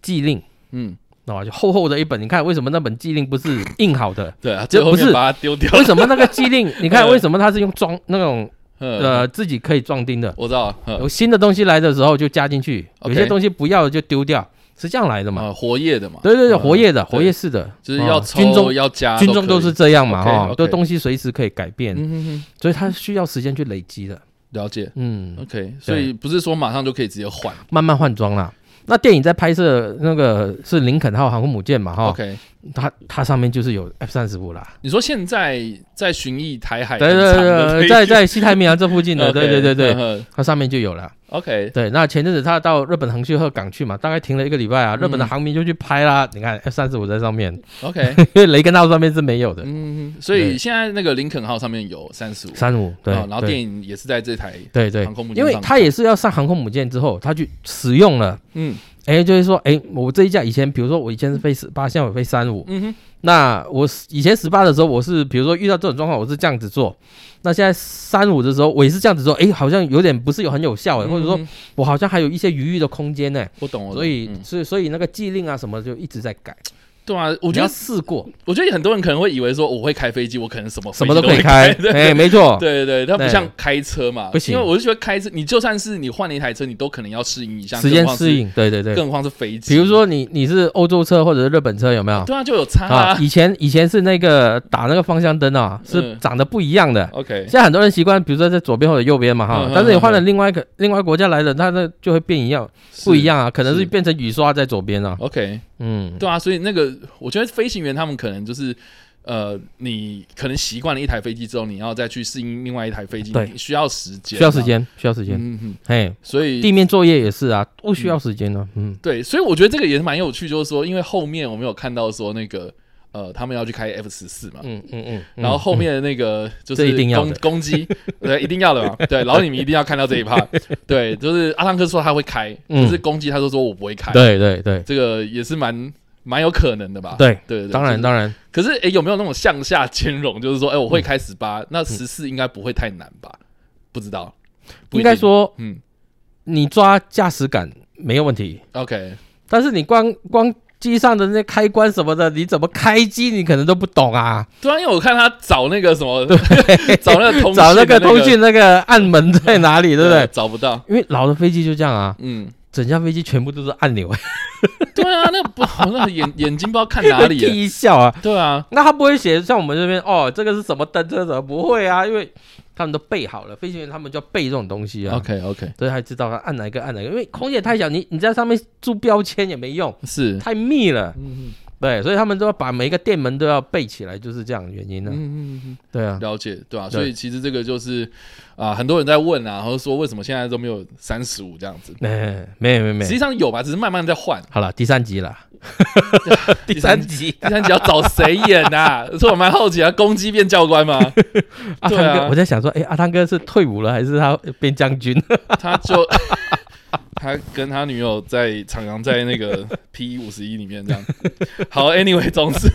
技令。嗯，嗯？哦，就厚厚的一本，你看为什么那本技令不是印好的 [laughs] 对啊，这最后不是面把它丢掉，为什么那个 [laughs] 技令？你看嗯为什么它是用装那种呃，呃自己可以装订的？我知道，呃有新的东西来的时候就加进去，有 OK 些东西不要的就丢掉，是这样来的嘛？呃，活页的嘛，对对对，嗯活页的，对活页式的，就是要哦军抽中要加，军中都可以是，这样嘛， OK，哈， OK 都东西随时可以改变。嗯哼哼，所以它需要时间去累积的。了解嗯， ，OK，所以不是说马上就可以直接换慢慢换装啦。那电影在拍摄那个是林肯号航空母舰嘛，哈、 ，OK，它它上面就是有 F 三十五啦。你说现在在巡弋台海对很对长的对，飞在机在西太平洋这附近的，对 [laughs] OK，对对嗯对，哼它上面就有了。 ，OK，对，那前阵子他到日本横须贺港去嘛，大概停了一个礼拜啊，嗯日本的航民就去拍啦。你看 F 三十五在上面， [laughs] OK，因为雷根号上面是没有的，嗯，所以现在那个林肯号上面有三十五，三五对，啊然后对电影也是在这台，对对航空母，舰因为上他也是要上航空母舰之后，他去使用了。嗯哎，就是说，哎，我这一架以前，比如说我以前是飞十八，现在我飞三五，嗯哼，那我以前十八的时候，我是比如说遇到这种状况，我是这样子做。那现在三五的时候，我也是这样子做，诶，哎好像有点不是有很有效诶，或者说嗯我好像还有一些余裕的空间呢。我懂，我懂所以，嗯所以所以那个技令啊什么就一直在改。对啊，我你觉要得，试过，我觉得很多人可能会以为说我会开飞机，我可能什么什什么都可以开开，。对哎，没错， [laughs] 对对，它不对像开车嘛，不行因为我是觉得开车，你就算是你换了一台车，你都可能要适应一下时间适适，应，对对对。更何况是飞机。比如，说你你是欧洲车或者是日本车，有没有？对啊，就有差啊，啊。以前以前是那个打那个方向灯啊，是嗯长得不一样的。 OK，现在很多人习惯，比如说在左边或者右边嘛哈嗯嗯，但是你换了另外一个另外国家来的，它那就会变一样不一样啊，可能是是变成雨刷在左边啊是。。OK，嗯，对啊，所以那个我觉得飞行员他们可能就是。呃，你可能习惯了一台飞机之后，你要再去适应另外一台飞机，对你需要时间，啊需要时，间，需要时间。嗯哼，哎，所以地面作业也是啊，都需要时间呢。嗯，对，所以我觉得这个也是蛮有趣，就是说，因为后面我们有看到说那个呃，他们要去开 F 十四嘛。嗯嗯嗯，然后后面的那个就这是一定要攻的攻击，对，一定要的嘛，对，然后你们一定要看到这一趴，对，就是阿汤哥说他会开，嗯就是攻击，他就说我不会开，，对对对这个也是蛮蛮有可能的吧，对，对啊对，当然嗯就是当然，可是诶，有没有那种向下兼容，就是说，诶，我会开十八，那十四应该不会太难吧？不知道，不一定应该，说嗯你抓驾驶感没有问题， ，OK，但是你光光机上的那些开关什么的，你怎么开机你可能都不懂啊。对啊，因为我看他找那个什么， [laughs] 找那个通讯找那的个那个通讯那个按门在哪里，对不呃对？找不到，因为老的飞机就这样啊，嗯，整架飞机全部都是按钮，对啊，那不，我那眼眼睛不知道看 [laughs] 哪里耶， [laughs] 第一笑啊。对啊，那他不会写像我们这边哦，这个是什么灯，这个什么不会啊，因为他们都背好了，飞行员他们就要背这种东西啊。 OK OK，所以还知道他按哪一个按哪一个，因为空姐太小，你你在上面注标签也没用，是，太密了。嗯对，所以他们都要把每一个电门都要背起来，就是这样的原因呢、啊嗯嗯，对啊，了解，对吧、对所以其实这个就是啊、很多人在问啊，然后说为什么现在都没有三十五这样子，哎，没有没有没实际有，上有吧，只是慢慢在换。好了，第三集了，第三三集 [laughs] 第三集要找谁演呐、啊？所 [laughs] 以我蛮好奇啊，公鸡变教官吗？ [laughs] 阿对汤啊哥，我在想说，哎，阿汤哥是退伍了还是他变将军？他就他跟他女友在徜徉在那 [laughs] 个 P 五十一里面这样。好，anyway，总之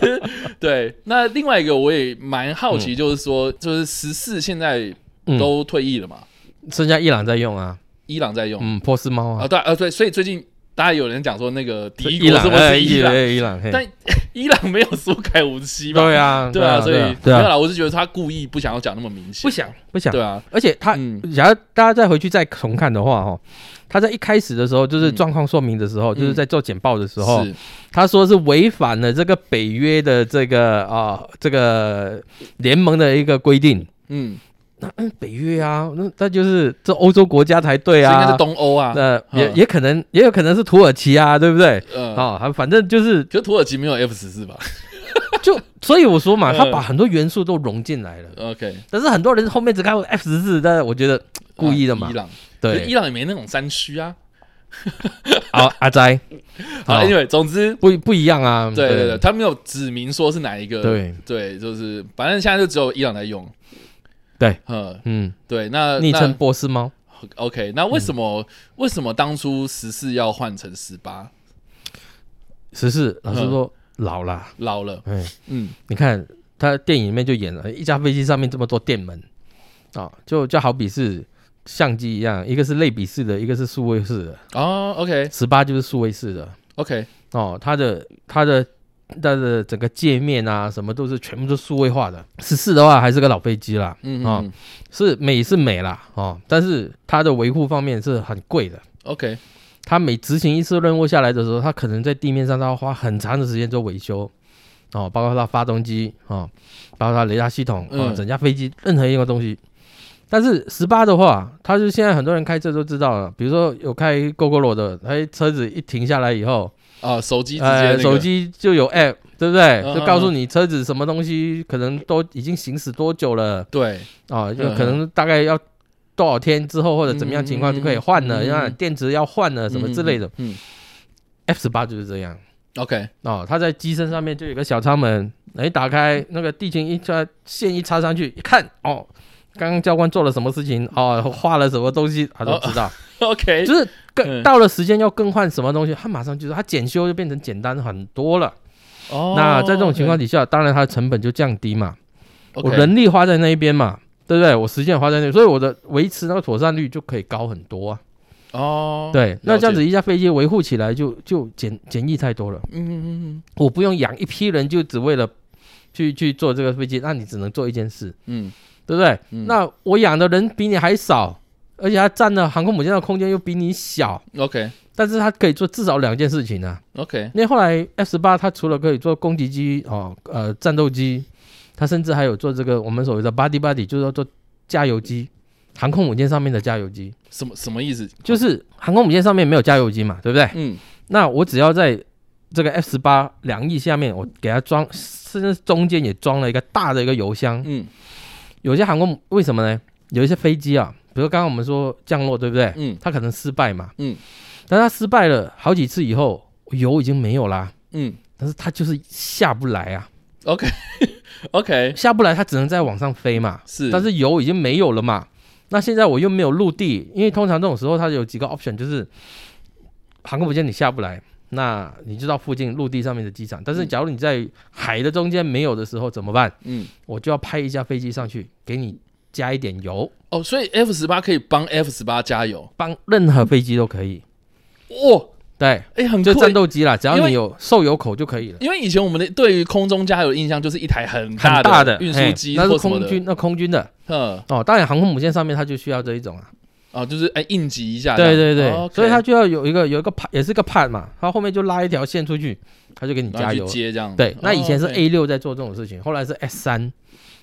对。那另外一个我也蛮好奇，就是说，就是十四现在 [laughs] 嗯都退役了嘛，剩下伊朗在用啊，伊朗在用、嗯，波斯猫啊，啊，对啊，对，所以最近大家有人讲说那个敌伊国朗是不哎是伊啊伊朗朗？伊朗，嘿但伊朗没有苏改五七吧？对啊，对啊，所以没对有啊，啦，我是觉得他故意不想要讲那么明显，不想不想对，啊，而且他嗯假如大家再回去再重看的话，哦，他在一开始的时候，就是嗯状况说明的时候，就是嗯在做简报的时候，是他说是违反了这个北约的这个啊、这个联盟的一个规定。嗯，嗯，北约啊，那那就是这欧洲国家才对所以应该啊是。东欧啊，那、也嗯也可能也有可能是土耳其啊，对不对？呃，哦，还反正就是可是土耳其没有 F 十四吧就，所以我说嘛，嗯他把很多元素都融进来了。 ？OK，但是很多人后面只看 F 十四，但是我觉得故意的嘛啊伊。朗，可是伊对，朗也没那种山区啊。好，阿斋，好好，anyway，总之，不不一样啊。对对对，他没有指明说是哪一个，对，对，就是反正现在就只有伊朗在用。对，嗯，嗯，对，那昵称嗯那波斯猫， OK，那为什么为什么当初十四要换成十八？十四老师嗯说老了，老了，哎，嗯，你看他电影里面就演了一架飞机上面这么多电门哦啊，就就好比是相机一样，一个是类比式的，一个是数位式的，哦，OK 十八就是数位式的 OK，哦，它的它的。它的整个界面啊，什么都是全部都数位化的。十四的话还是个老飞机啦，嗯啊嗯是美是美啦，哦，但是它的维护方面是很贵的。 ，OK，他每执行一次任务下来的时候，他可能在地面上他要花很长的时间做维修，哦，包括他发动机哦，包括他雷达系统，哦嗯，整架飞机任何一个东西。但是十八的话，他就现在很多人开车都知道了，比如说有开 GoGoRo 的，他车子一停下来以后，啊，手机直接那呃，个手机就有 App，对不对？嗯就告诉你车子什么东西可能都已经行驶多久了，对，哦，就嗯可能大概要多少天之后或者怎么样情况就可以换了，嗯嗯嗯因为电池要换了啊什么之类的。嗯，嗯 F 十八就是这样嗯，OK， [laughs] 哦，它在机身上面就有一个小舱门，一打开那个地勤一插线一插上去，一看哦，刚刚教官做了什么事情哦，画了什么东西，他都知道， OK，就是哦嗯更到了时间要更换什么东西，他马上就是他检修就变成简单很多了。哦，那在这种情况底下，当然它的成本就降低嘛， OK，我人力花在那一边嘛。对不对？我时间也花在那，所以我的维持那个妥善率就可以高很多啊。哦，对，那了这样解子一架飞机维护起来就就简简易太多了。嗯嗯嗯我不用养一批人，就只为了去去做这个飞机，那你只能做一件事，嗯对不对？嗯那我养的人比你还少，而且它占的航空母舰的空间又比你小，嗯，OK 但是它可以做至少两件事情啊。 OK，因为后来 F 十八它除了可以做攻击机哦，呃，战斗机，它甚至还有做这个我们所谓的 body body，就是要做加油机，航空母舰上面的加油机，什么什么意思？就是航空母舰上面没有加油机嘛，对不对？嗯那我只要在这个 F 十八两翼下面，我给它装，甚至中间也装了一个大的一个油箱。嗯有些航空为什么呢？有一些飞机啊，比如刚刚我们说降落，对不对？嗯它可能失败嘛，嗯，但它失败了好几次以后，油已经没有啦，嗯但是它就是下不来啊， ，OK [laughs] OK，下不来，它只能再往上飞嘛。是，但是油已经没有了嘛。那现在我又没有陆地，因为通常这种时候它有几个 option，就是航空母舰你下不来，那你就到附近陆地上面的机场。但是嗯假如你在海的中间没有的时候怎么办？嗯我就要派一架飞机上去给你加一点油，哦，所以 F 十八可以帮 F 十八加油，帮任何飞机都可以。哇，对，哎、很就酷战斗机啦，只因要为你有受油口就可以了。因为以前我们的对于空中加油的印象就是一台很很大的运嘿输机那或是什么空的，军，那空军的嗯，哦。当然，航空母舰上面它就需要这一种啊。哦，就是哎、应急一下这样，对对对，哦，OK 所以它就要有一个有一个 p 也是个 p 嘛，它后面就拉一条线出去，它就给你然后加去油。接这样，对，那以前是哦，OK 嗯 A 六在做这种事情，后来是 S 三，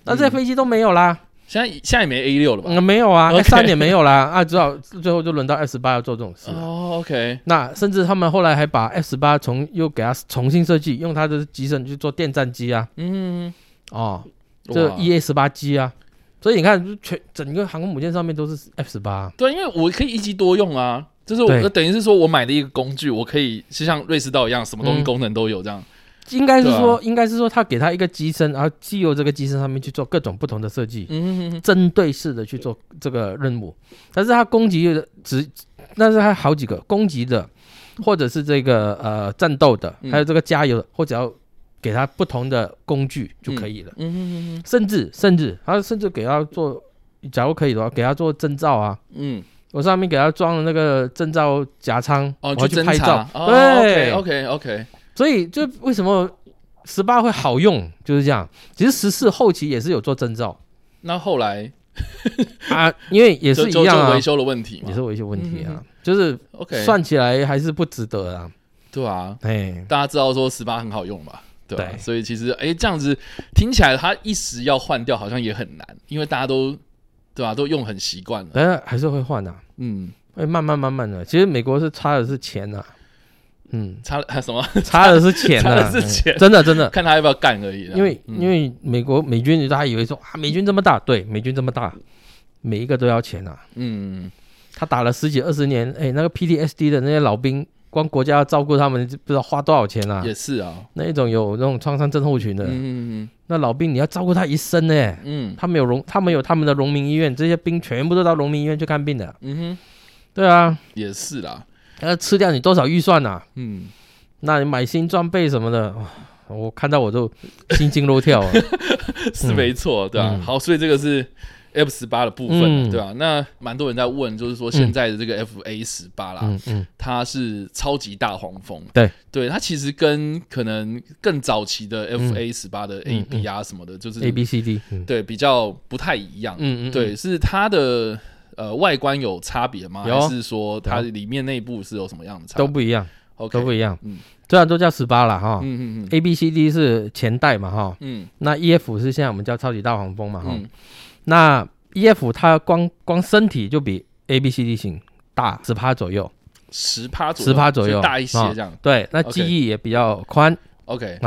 那这些飞机都没有 [laughs] 啦，现在现在也没 A 六了吧？嗯，没有啊 OK ，S 三也没有啦，啊，只好最后就轮到 S 十八要做这种事。哦，OK，那甚至他们后来还把 F 十八重又给它重新设计，用它的机身去做电战机啊，嗯，哦，哇这 EA 十八机啊，所以你看，就全整个航空母舰上面都是 F 十八，啊对，因为我可以一机多用啊，就是我对等于是说我买的一个工具，我可以就像瑞士刀一样，什么东西嗯功能都有这样。应该是说，对啊应该是说，他给他一个机身，然后既由这个机身上面去做各种不同的设计，嗯哼针对式的去做这个任务。但是他攻击的只，但是他好几个攻击的，或者是这个呃战斗的，嗯还有这个加油的，或者要给他不同的工具就可以了。嗯哼甚至甚至他甚至给他做，假如可以的话，给他做证照啊。嗯，我上面给他装了那个证照夹舱，哦，我你要去侦拍照查，，哦对 o k o k 所以就为什么十八会好用，就是这样。其实十四后期也是有做征兆那后来 [laughs] 啊，因为也就是一就样就啊维，修的问题嘛也是有一些问题嗯啊，就是，OK，算起来还是不值得啊。对啊，哎，大家知道说十八很好用嘛。对吧，对所以其实哎，这样子听起来，它一时要换掉好像也很难，因为大家都对吧、都用很习惯了。但是还是会换的、啊，嗯，，会慢慢慢慢的。其实美国是差的是钱呐、啊，嗯 [laughs] 差了、啊、什么？差的是钱差呐、的啊，是钱哎真的真的。看他要不要干而已啦。因为嗯因为美国美军，大家以为说啊，美军这么大，对，美军这么大，每一个都要钱啊。嗯，他打了十几二十年，哎，那个 PTSD 的那些老兵，光国家要照顾他们，不知道花多少钱啊！也是啊，那一种有那种创伤症候群的，嗯嗯那老兵你要照顾他一生呢。嗯他们有荣，他们有他们的农民医院，这些兵全部都到农民医院去看病的。嗯对啊，哼，也是啦，要吃掉你多少预算呐、啊？嗯，那你买新装备什么的，哇我看到我都心惊 [laughs] 肉跳啊。是没错，对吧、嗯好，所以这个是 F 十八的部分，啊嗯对吧、那蛮多人在问，就是说现在的这个 FA 十八啦、嗯嗯，它是超级大黄蜂，对对，它其实跟可能更早期的嗯 FA 十八的 AB 啊什么的，就是、 A B C D，嗯对比较不太一样，嗯嗯，对，是它的。呃，外观有差别吗？有还是说它里面内部是有什么样的差别？都不一样， OK，都不一样。嗯虽然都叫十八了哈嗯嗯嗯，A B C D 是前代嘛哈，嗯那 E F 是现在我们叫超级大黄蜂嘛哈，嗯，那 E F 它光光身体就比 A B C D 型大十趴左右，十趴左右， 10%左右所以大一些啊这样。对，那 OK 记忆也比较宽。 OK，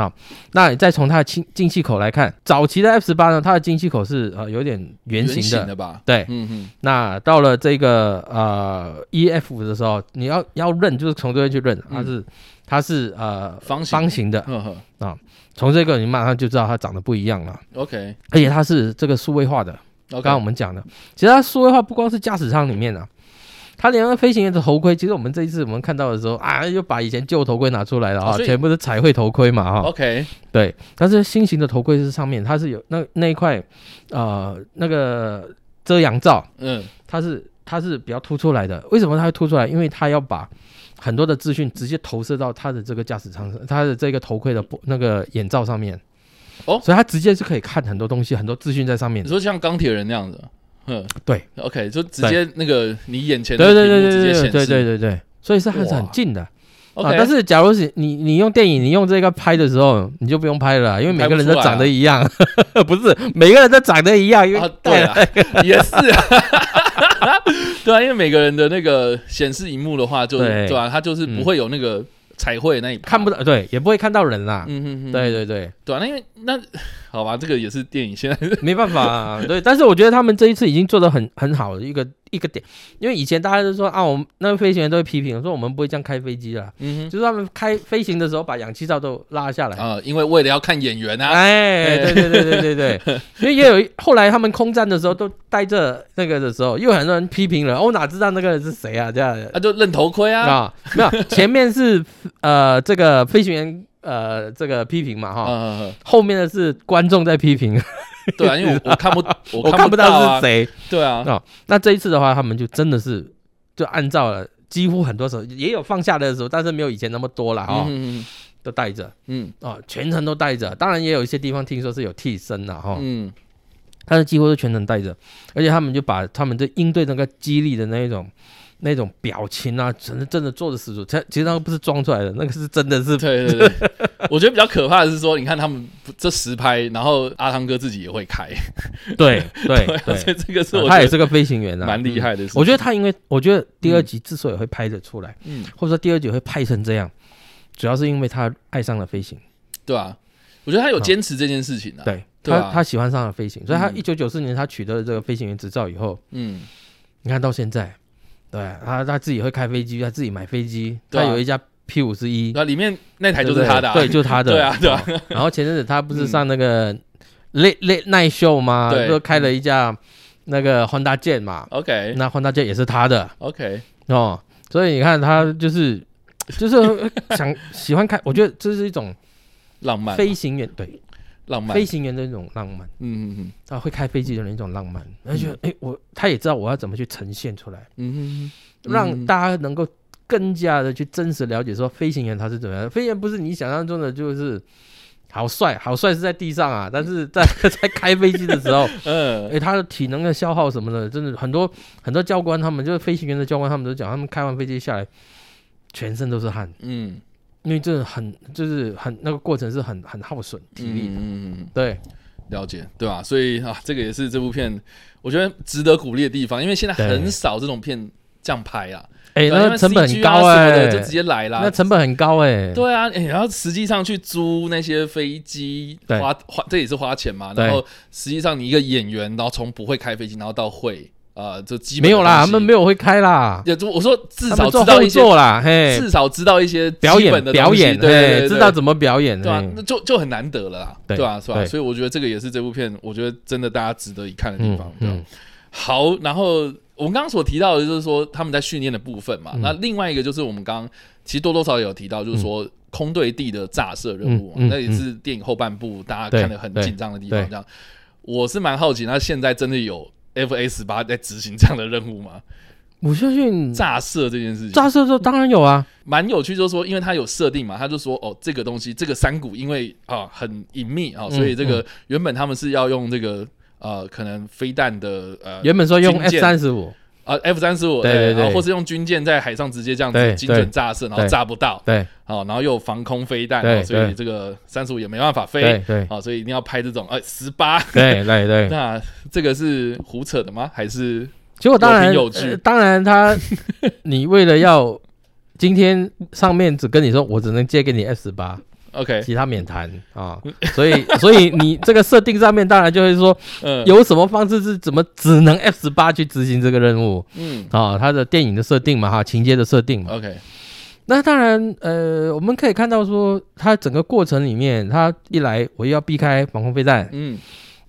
那你再从它的进进气口来看，早期的 F 十八呢，它的进气口是呃有点圆形的，的吧？对。嗯嗯那到了这个呃 E F 的时候，你要要认就是从这边去认，它是、它是呃嗯方形方形的，呵呵从这个你马上就知道它长得不一样了， ，OK 而且它是这个数位化的。 OK，刚刚我们讲的，其实它数位化不光是驾驶舱里面啊，它连飞行员的头盔，其实我们这一次我们看到的时候啊，又把以前旧头盔拿出来了哦啊，所以哦全部是彩绘头盔嘛哈、 OK，对，但是新型的头盔是上面它是有那那一块呃那个遮阳罩，嗯它是它是比较凸出来的。为什么它会凸出来？因为它要把很多的资讯直接投射到它的这个驾驶舱上，它的这个头盔的玻那个眼罩上面。哦所以它直接是可以看很多东西，很多资讯在上你面的。说像钢铁人那样子，哼，对，OK，就直接那个你眼前的对对屏幕对直接对显对示，对对对对，所以是还是很哇近的。啊，OK，，但是假如是你你用电影，你用这个拍的时候，你就不用拍了啦，因为每个人都长得一样， [laughs] 不是每个人都长得一样，因为啊，戴对了、啊，也是啊，对啊，因为 [laughs] 每个人的那个显示荧幕的话就，对嗯对啊，它就是不会有那个彩绘那一趴看不，到，对，也不会看到人啦。嗯哼哼，对对对，对啊，那因为那好吧，这个也是电影 [laughs] 现在没办法、啊，对。但是我觉得他们这一次已经做的很很好的一个一个点，因为以前大家都说啊，我们那飞行员都会批评说我们不会这样开飞机啦，嗯就是他们开飞行的时候把氧气罩都拉下来哼，啊，因为为了要看演员啊，哎，对对对对对 [laughs] 对，因为也有一后来他们空战的时候都带着那个的时候，又有很多人批评了，哦我、哪知道那个人是谁啊？这样他就认头盔啊，啊，没有，前面是呃这个飞行员呃这个批评嘛哈，啊，后面的是观众在批评，对啊，因为我我 [laughs] 看不我我看不到到是啊，谁对 [laughs] 啊，哦。那这一次的话，他们就真的是就按照了，几乎很多时候也有放下的时候，但是没有以前那么多了嗯哈，哼哼都带着嗯哦，全程都带着，当然也有一些地方听说是有替身了哈。嗯，他是几乎是全程带着，而且他们就把他们这应对那个激励的那一种、那种表情啊，真的真的做的十足。他其实那个不是装出来的，那个是真的是对对对，我觉得比较可怕的是说，你看他们不这实拍，然后阿汤哥自己也会开， [laughs] 对对对啊，所以 [laughs] 这个是啊我他也觉得是个飞行员啊，蛮厉嗯。害的事情。我觉得他因为我觉得第二集之所以会拍得出来，嗯，或者说第二集会拍成这样，主要是因为他爱上了飞行，对啊，我觉得他有啊坚持这件事情啊。，对对啊他他喜欢上了飞行，所以他嗯一九九四年他取得了这个飞行员执照以后，嗯，你看到现在，对他他自己会开飞机，他自己买飞机，对他啊有一架 P 五十一，那里面 [laughs] 那台就是他的啊，对，就是他的， [laughs] 对啊对啊哦。然后前阵子他不是上那个 late late night show 吗？对就开了一架那个 Honda Jet 嘛， ，OK 那 Honda Jet 也是他的 OK，哦，所以你看他 [laughs] 就是就是想喜欢开，我觉得这是一种浪漫飞行员对浪漫飞，行员的一种浪漫。嗯嗯啊，会开飞机的人一种浪漫，而且哎，我他也知道我要怎么去呈现出来，嗯嗯，让大家能够更加的去真实了解说飞行员他是怎么样的。飞行员不是你想象中的就是好帅，好帅是在地上啊，但 [laughs] 是在在开飞机的时候，嗯哎、他的体能的消耗什么的，真的很多很多教官他们就是飞行员的教官，他们都讲，他们开完飞机下来全身都是汗，嗯因为这很就是很那个过程是很很耗损体力的。嗯嗯。对了解，对吧、所以啊，这个也是这部片我觉得值得鼓励的地方，因为现在对很少这种片这样拍啊，哎、对啊那因个为成本 CG 啊很高什么哎、的就直接来啦那。成本很高哎、对啊，诶然后实际上去租那些飞机，对花花这也是花钱嘛。对然后实际上你一个演员，然后从不会开飞机，然后到会，呃，就基本没有啦，他的东西们没有会开啦，也就我说至他少们做知道后一些，座啦，嘿，至少知道一些基表演本的表东西演，对对对哎对，知道怎么表演，对啊哎，那就就很难得了啦，对对吧、是吧？对所以我觉得这个也是这部片，我觉得真的大家值得一看的地嗯方。对啊吧嗯，好，然后我们刚刚所提到的就是说他们在训练的部分嘛，嗯那另外一个就是我们刚刚其实多多少少有提到，就是说空对地的炸射任务嘛，嗯嗯嗯那也是电影后半部大家对看得很紧张的地方对。对这样，我是蛮好奇，那现在真的有 F A 十八在执行这样的任务吗？我相信炸射这件事情，嗯炸射就当然有啊，蛮有趣，就是说，因为它有设定嘛，他就说哦，这个东西，这个山谷因为啊很隐秘啊，嗯所以这个原本他们是要用这个呃，可能飞弹的呃原本说用 F 军舰三十五，啊 F 三十五，对对呃对然后或是用军舰在海上直接这样对子精准炸射，然后对炸不到，对好，然后又有防空飞弹，对哦所以对这个三十五也没办法对飞，对好，所以一定要拍这种哎十八， [laughs] 对对对，那这个是胡扯的吗？还是结果当然有凭有据呃当 [laughs] 然他你为了要今天上面只跟你说我只能借给你 F 十八， OK？其他免谈 [laughs] 啊，所以所以你这个设定上面当然就会说嗯，有什么方式是怎么只能 F 十八去执行这个任务嗯啊？他的电影的设定嘛哈，情节的设定嘛。 ，OK，那当然，呃，我们可以看到说，它整个过程里面，它一来我又要避开防空飞弹，嗯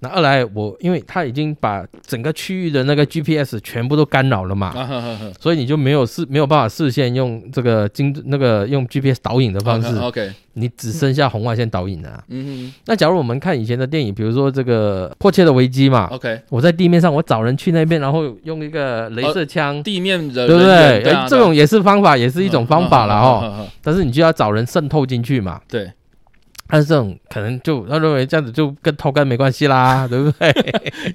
那二来我因为他已经把整个区域的那个 GPS 全部都干扰了嘛，啊呵呵呵所以你就没有事没有办法视线用这个精那个用 GPS 导引的方式， OK，你只剩下红外线导引了、啊。啊嗯那假如我们看以前的电影，比如说这个《迫切的危机》嘛哼，，OK，我在地面上我找人去那边，然后用一个镭射枪，地面的对不人对？员啊哎这种也是方法，也是一种方法嗯啦。哦。嗯嗯嗯嗯嗯嗯但是你就要找人渗透进 [laughs] 去嘛。对，但是这种可能就他认为这样子就跟偷干没关 [laughs] 系啦，对不对？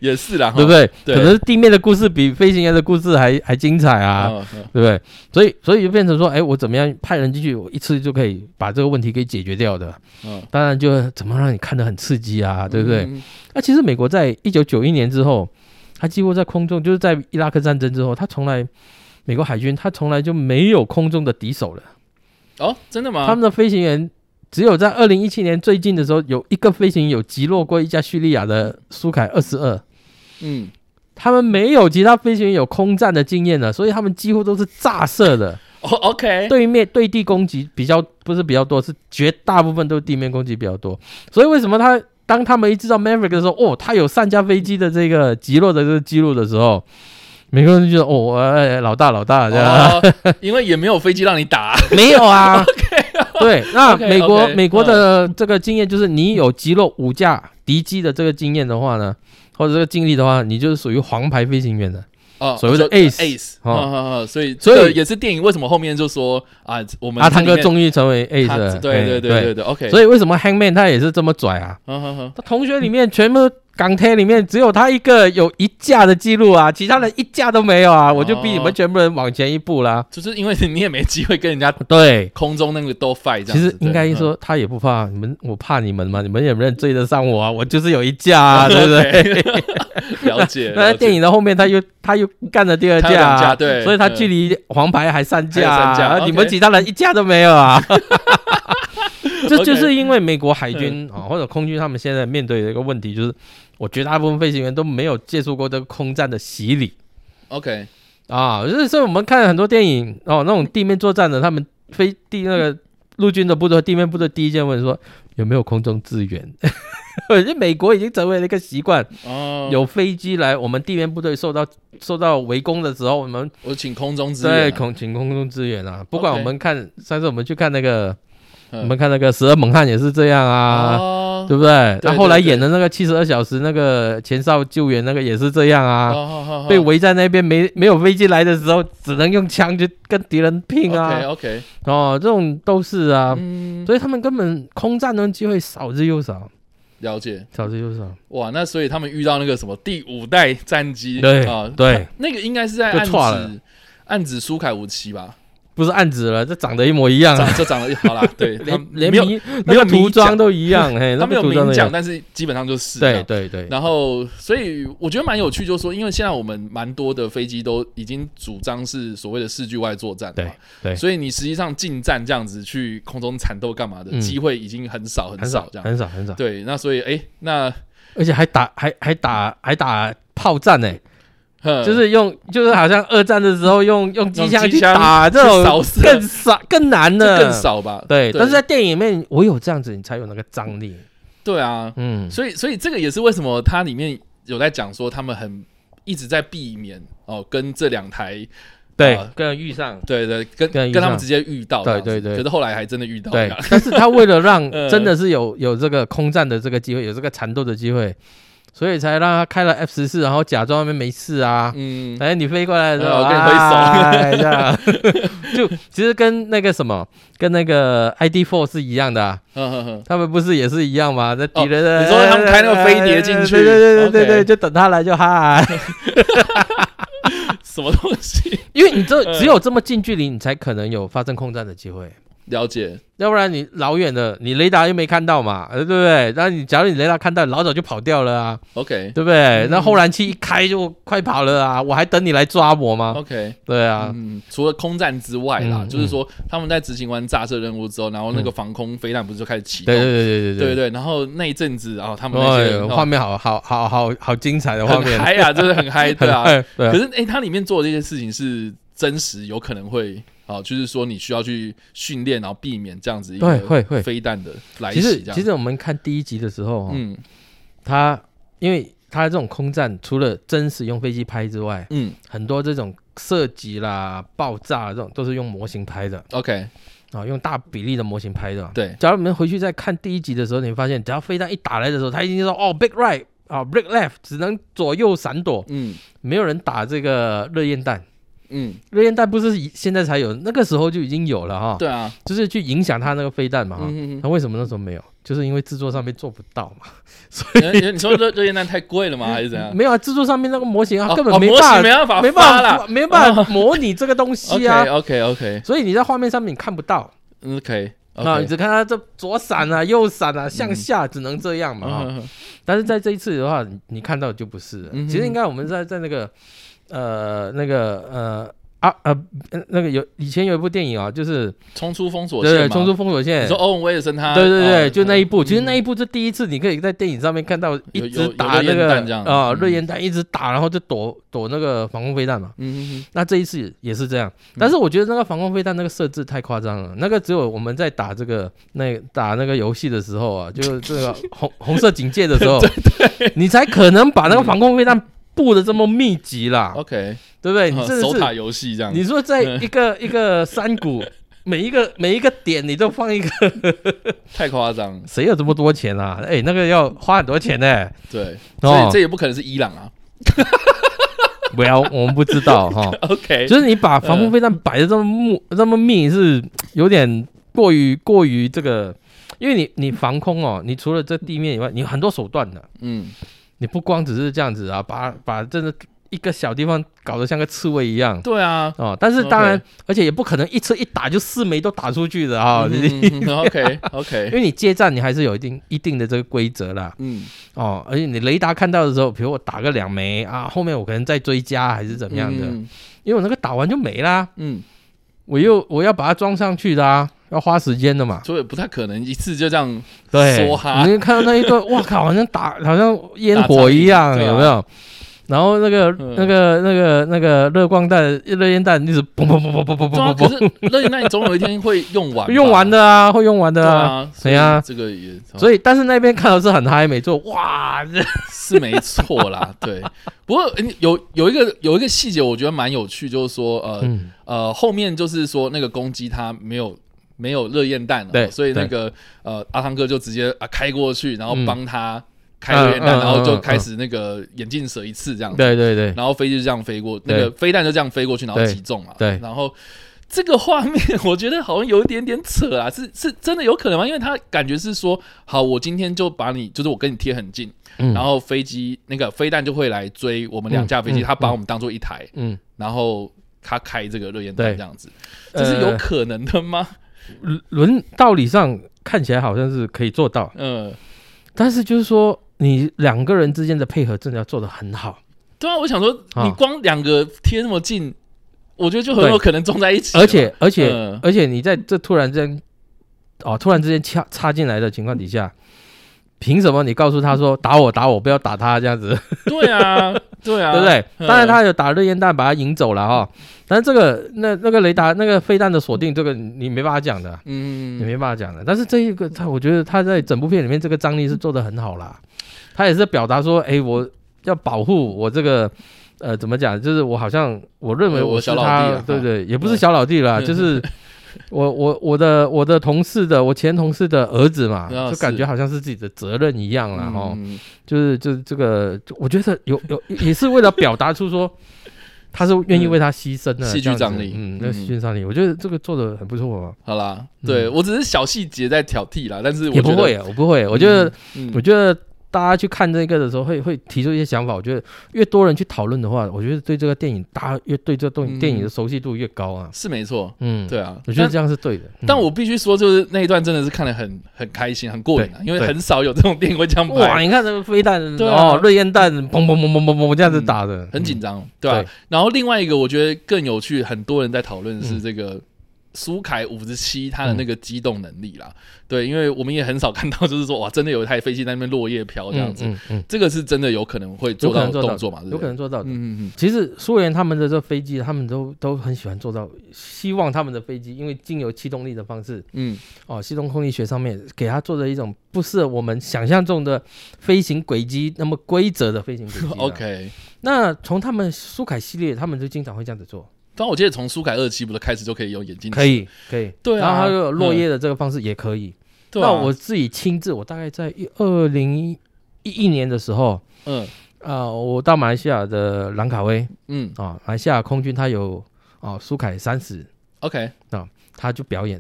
也是啦，哈对不？对？哦对可能地面的故事比飞行员的故事还还精彩啊。嗯，嗯对不对？所以，所以就变成说，哎，我怎么样派人进去，我一次就可以把这个问题给解决掉的。嗯，当然，就怎么让你看得很刺激啊，对不对？嗯？那、其实美国在一九九一年之后，它几乎在空中，就是在伊拉克战争之后，它从来美国海军它从来就没有空中的敌手了。哦，真的吗？他们的飞行员只有在二零一七年最近的时候，有一个飞行员有击落过一架叙利亚的苏凯二十二。嗯，他们没有其他飞行员有空战的经验的，啊所以他们几乎都是炸射的。哦，OK，对面对地攻击比较不是比较多，是绝大部分都是地面攻击比较多。所以为什么他当他们一知道 Maverick 的时候，哦，他有上架飞机的这个击落的这个记录的时候，美国人就说哦，哎、哎老大老大这样、哦，因为也没有飞机让你 [laughs] 打，没有 [laughs] 啊。 [laughs] 对，那 OK，美国 OK，美国的这个经验就是，你有击落五架敌机的这个经验的话呢，或者这个经历的话，你就是属于黄牌飞行员的。哦，所谓的就 ace ace，哦哦，哦所以所以这也是电影为什么后面就说啊，我们阿汤哥这里终于成为 A 面 c 了，他对对哎对对对，OK，所以为什么 Hangman 他也是这么拽啊？嗯嗯嗯他同学里面全部港铁里面只有他一个有一架的记录啊，其他人一架都没有啊，我就比哦你们全部人往前一步啦。就是因为你也没机会跟人家对，空中那个都 fight，这样其子嗯实应该，说他也不怕你们，我怕你们嘛，你们也不认追得上我啊，我就是有一架 [laughs] 啊，对不对？对嗯了解， [laughs] 那在电影影的后面他又他又干了第二他有架两啊架，对，所以他嗯距离黄牌还三架还有啊，三架然后 OK 你们其他人一架都没 [laughs] 有啊。这 OK 嗯就是因为美国海军啊、或者空军，他们现在面对的一个问题就是，我绝大部分飞行员都没有接受过这个空战的洗礼 OK，啊。就是所以我们看很多电影哦，那种地面作战的，他们飞地那个陆军的部队、地面部队第一件问说有没有空中支援。 [laughs] 就美国已经成为了一个习惯，哦，有飞机来，我们地面部队受到受到围攻的时候，我们我请空中支对，援啊，空请空中支援啊！不管 OK 我们看上次我们去看那个，嗯我们看那个《十二猛汉》也是这样啊，哦，对不对？对那后来对对演的那个《七十二小时》那个前哨救援那个也是这样啊，哦，好好好被围在那边没没有飞机来的时候，只能用枪去跟敌人拼啊！ ，OK，哦，这种都是啊，嗯，所以他们根本空战的机会少之又少，了解，少之又少。哇，那所以他们遇到那个什么第五代战机，对啊，对，那个应该是在就暗错了指暗指苏凯五七吧，不是暗指了，这长得一模 [laughs] 一样啊，长就长得好 [laughs] 啦，对，他连连没有迷没有那个涂明装讲都 [laughs] 一样，嘿，他那没个有涂明装都一讲，啊样。但是基本上就是这对样。对对，然后，所以我觉得蛮有趣，就是说，因为现在我们蛮多的飞机都已经主张是所谓的视距外作战嘛，对对所以你实际上近战这样子去空中缠斗干嘛的、嗯机会已经很少很少这样。很少很少，对，那所以哎，那而且还打还还打还打炮战呢、呵就是用就是好像二战的时候用用机枪呃用去机枪打这去扫种射更少更难这的，更少吧？对，对但是在电影里面，唯有这样子，你才有那个张力。对啊，嗯，所以，所以这个也是为什么它里面有在讲说他们很一直在避免哦，跟这两台对啊，更遇上。对对，跟跟跟遇他们上直接遇到这样子，对对对可是后来还真的遇到，对这样，但是他为了让 [laughs] 嗯真的是有有这个空战的这个机会，有这个缠斗的机会，所以才让他开了 F 十四，然后假装那边没事啊， [laughs] 嗯，哎，你飞过来的时哎候，我跟你挥手哎，这样就其实跟那个什么，跟那个 ID Four 是一样的、啊，呵呵呵，他们不是也是一样吗？那敌人的、你说他们开那个飞碟进去对对对对对对 OK 就等他来就嗨， [laughs] 什么东西？ [laughs] 因为你这只有这么近距离，你才可能有发生空战的机会。了解，要不然你老远的，你雷达又没看到嘛，呃对不对？然后你假如你雷达看到，老早就跑掉了啊， [laughs] ，OK 对不对？那后燃器一开就快跑了啊，我还等你来抓我吗？ OK，对啊，嗯，除了空战之外啦，嗯就是说他们在执行完炸射任务之后，然后那个防空飞弹不是就开始启动？对对对对对对。对然后那一阵子啊、哦他们那些哎，人、哦画面好好好好好精彩的画面很，嗨啊，真的很嗨，对啊， [laughs] 很嗨对啊可是哎、欸它里面做的这些事情是真实，有可能会啊，就是说你需要去训练，然后避免这样子一对个会会飞弹的来其袭实哦这样。其实我们看第一集的时候，嗯，嗯，他因因为它这种空战除了真实用飞机拍之外，嗯很多这种射击啦、爆炸这种都是用模型拍的，OK，啊，用大比例的模型拍的。对，假如你们回去再看第一集的时候，你会发现，只要飞弹一打来的时候，他一定说哦，big right 啊，big left，只能左右闪躲，嗯没有人打这个热焰弹。嗯，热焰弹不是以现在才有，那个时候就已经有了哈，对啊，就是去影响他那个飞弹嘛哈。嗯嗯那、为什么那时候没有？就是因为制作上面做不到嘛，所嗯，以你你说热热焰弹太贵 [laughs] 了吗？还是怎样？没有啊，制作上面那个模型啊，哦根本哦没模型办没法，办法没发办啦哦法，没办法模拟这个东西啊， [laughs] OK 哦 OK OK 所以你在画面上面你看不到 OK 啊，你 OK，只看它这左闪啊、右闪啊、向下，只能这嗯样嘛哈。但是在这一次的话，你你看到的就不是了。嗯哼其实应该我们在在那个呃那个呃啊呃那个有以前有一部电影啊，就是冲出封锁对对线《冲嘛。出封锁线你说》。欧哦文威尔森他，对对对，哦就那一部，其实嗯那一部是第一次，你可以在电影上面看到一直打有有有那热焰个弹这样啊嗯热焰弹一直打，然后就躲躲那个防空飞弹嘛。嗯嗯那这一次也是这样，但是我觉得那个防空飞弹那个设置太夸张了，那个只有我们在打这个那打那个游戏的时候啊，就是这个红红色警戒的时候，你才可能把那个防空飞弹布的这么密集啦，嗯，OK，对不对？哎你嗯真的守塔是，游戏这样，你说在一个一个山谷。每一个每一个点你都放一个，太夸张，谁有这么多钱啊？哎，那个要花很多钱呢、对，所哦以这也不可能是伊朗啊。不要， [laughs] 我们不知道 [laughs] 哈。 OK，就是你把防空飞弹摆的这么密、这么密，是有点过于过于这个，因为你你防空哦，你除了这地面以外，你有很多手段的，嗯你不光只是这样子啊，把把真的一个小地方搞得像个刺猬一样，。对啊，哦，但是当然 OK 而且也不可能一车一打就四枚都打出去的啊、嗯嗯嗯 [laughs] OK 因 OK，为你接战你还是有一定一定的这个规则啦。嗯，哦，而且你雷达看到的时候，比如我打个两枚啊，后面我可能再追加还是怎么样的，嗯因为我那个打完就没啦。嗯，我又我要把它装上去的啊，要花时间的嘛。所以不太可能一次就这样对，梭哈你会看到那一 [laughs] 段，哇靠，好像打好像烟火一样，打仗有没有？然后那个、嗯那个那个那个热光弹、热烟弹一直砰砰砰砰砰砰对啊，砰可砰是热焰弹总有一天会用完吧，砰， [laughs] 用完的啊，会用完对的啊。啊，对啊所以这个也所以，但是那边看到是很嗨，没错，哇，这哦是没错啦，对。不过诶你有有一个有一个细节，我觉得蛮有趣，就是说呃嗯，呃，后面就是说那个公鸡它没有。没有热焰弹了，对所以那对个呃阿汤哥就直接啊开过去，然后嗯帮他开热焰弹，嗯嗯然后就嗯开嗯始那个眼镜蛇一次这样子。对对对，然后飞机就这样飞过，那对个飞弹就这样飞过去，然后对击中嘛。对然后这个画面我觉得好像有一点点扯啊，是是真的有可能吗？因为他感觉是说，好，我今天就把你，就是我跟你贴很近，嗯，然后飞机那个飞弹就会来追我们两架飞机，嗯嗯他把我们当做一台，嗯，然后他开这个热焰弹对这样子，这是有呃可能的吗？轮道理上看起来好像是可以做到，嗯。但是就是说你两个人之间的配合真的要做得很好。对啊，我想说，啊你光两个贴那么近，我觉得就很有对可能撞在一起了。而且而且、啊嗯而且你在这突然之间，哦，突然之间插插进来的情况底下，凭什么你告诉他说打我打我不要打他这样子，对 [laughs] 啊，对啊，对不嗯对？当然他有打热烟弹把他引走了哈、但是这个那那个雷达那个飞弹的锁定，这个你没办法讲的。嗯，你没办法讲的，但是这一个他，我觉得他在整部片里面这个张力是做的很好啦。他也是表达说，哎，我要保护我这个，呃，怎么讲？就是我好像我认为我是小老弟他啊，对对，也不是对小老弟啦，就是我我我的我的同事的我前同事的儿子嘛啊，就感是觉好像是自己的责任一样啦。哦，嗯就是就是这个，就我觉得有有也是为了表达出说。他是愿意为他牺牲的嗯戏剧这样子张力嗯，嗯那戏剧张力，我觉得这个做的很不错啊。好啦，对、嗯我只是小细节在挑剔啦，但是我也觉不得会，我不会。我觉得，嗯我觉得大家去看这个的时候会，会提出一些想法。我觉得越多人去讨论的话，我觉得对这个电影，大家越对这个东嗯电影的熟悉度越高啊。是没错，嗯，，对啊，我觉得但这样是对的。嗯但我必须说，就是那一段真的是看得很很开心，很过瘾啊，对因为对很少有这种电影会这样哇，拍，你看这个飞弹，对啊嗯哦，热烟弹，砰砰砰砰砰砰这样子打的，很紧张，对吧、嗯对然后另外一个我觉得更有趣，很多人在讨论是嗯这个苏凯五十七它的那个机动能力啦。对，因为我们也很少看到，就是说哇，真的有一台飞机在那边落叶飘这样子，嗯嗯，这个是真的有可能会做有可到能做到动作嘛？对嗯不有可对？能做到的。嗯嗯其实苏联他们的这飞机，他们都都很喜欢做到，希望他们的飞机因为经由气动力的方式，嗯哦，西东空力学上面给它做的一种不是我们想象中的飞行轨迹那么规则的飞行轨迹嗯了。 [laughs] ，OK。那从他们苏凯系列，他们就经常会这样子做，但我记得从苏凯二期不是开始就可以用眼睛，可，以可以，对啊然后还有落叶的这个方式也可以。对啊那我自己亲自，我大概在二零一一年的时候，嗯呃，我到马来西亚的兰卡威嗯啊、马来西亚空军它有啊苏、凯三十， ，OK，他就表演。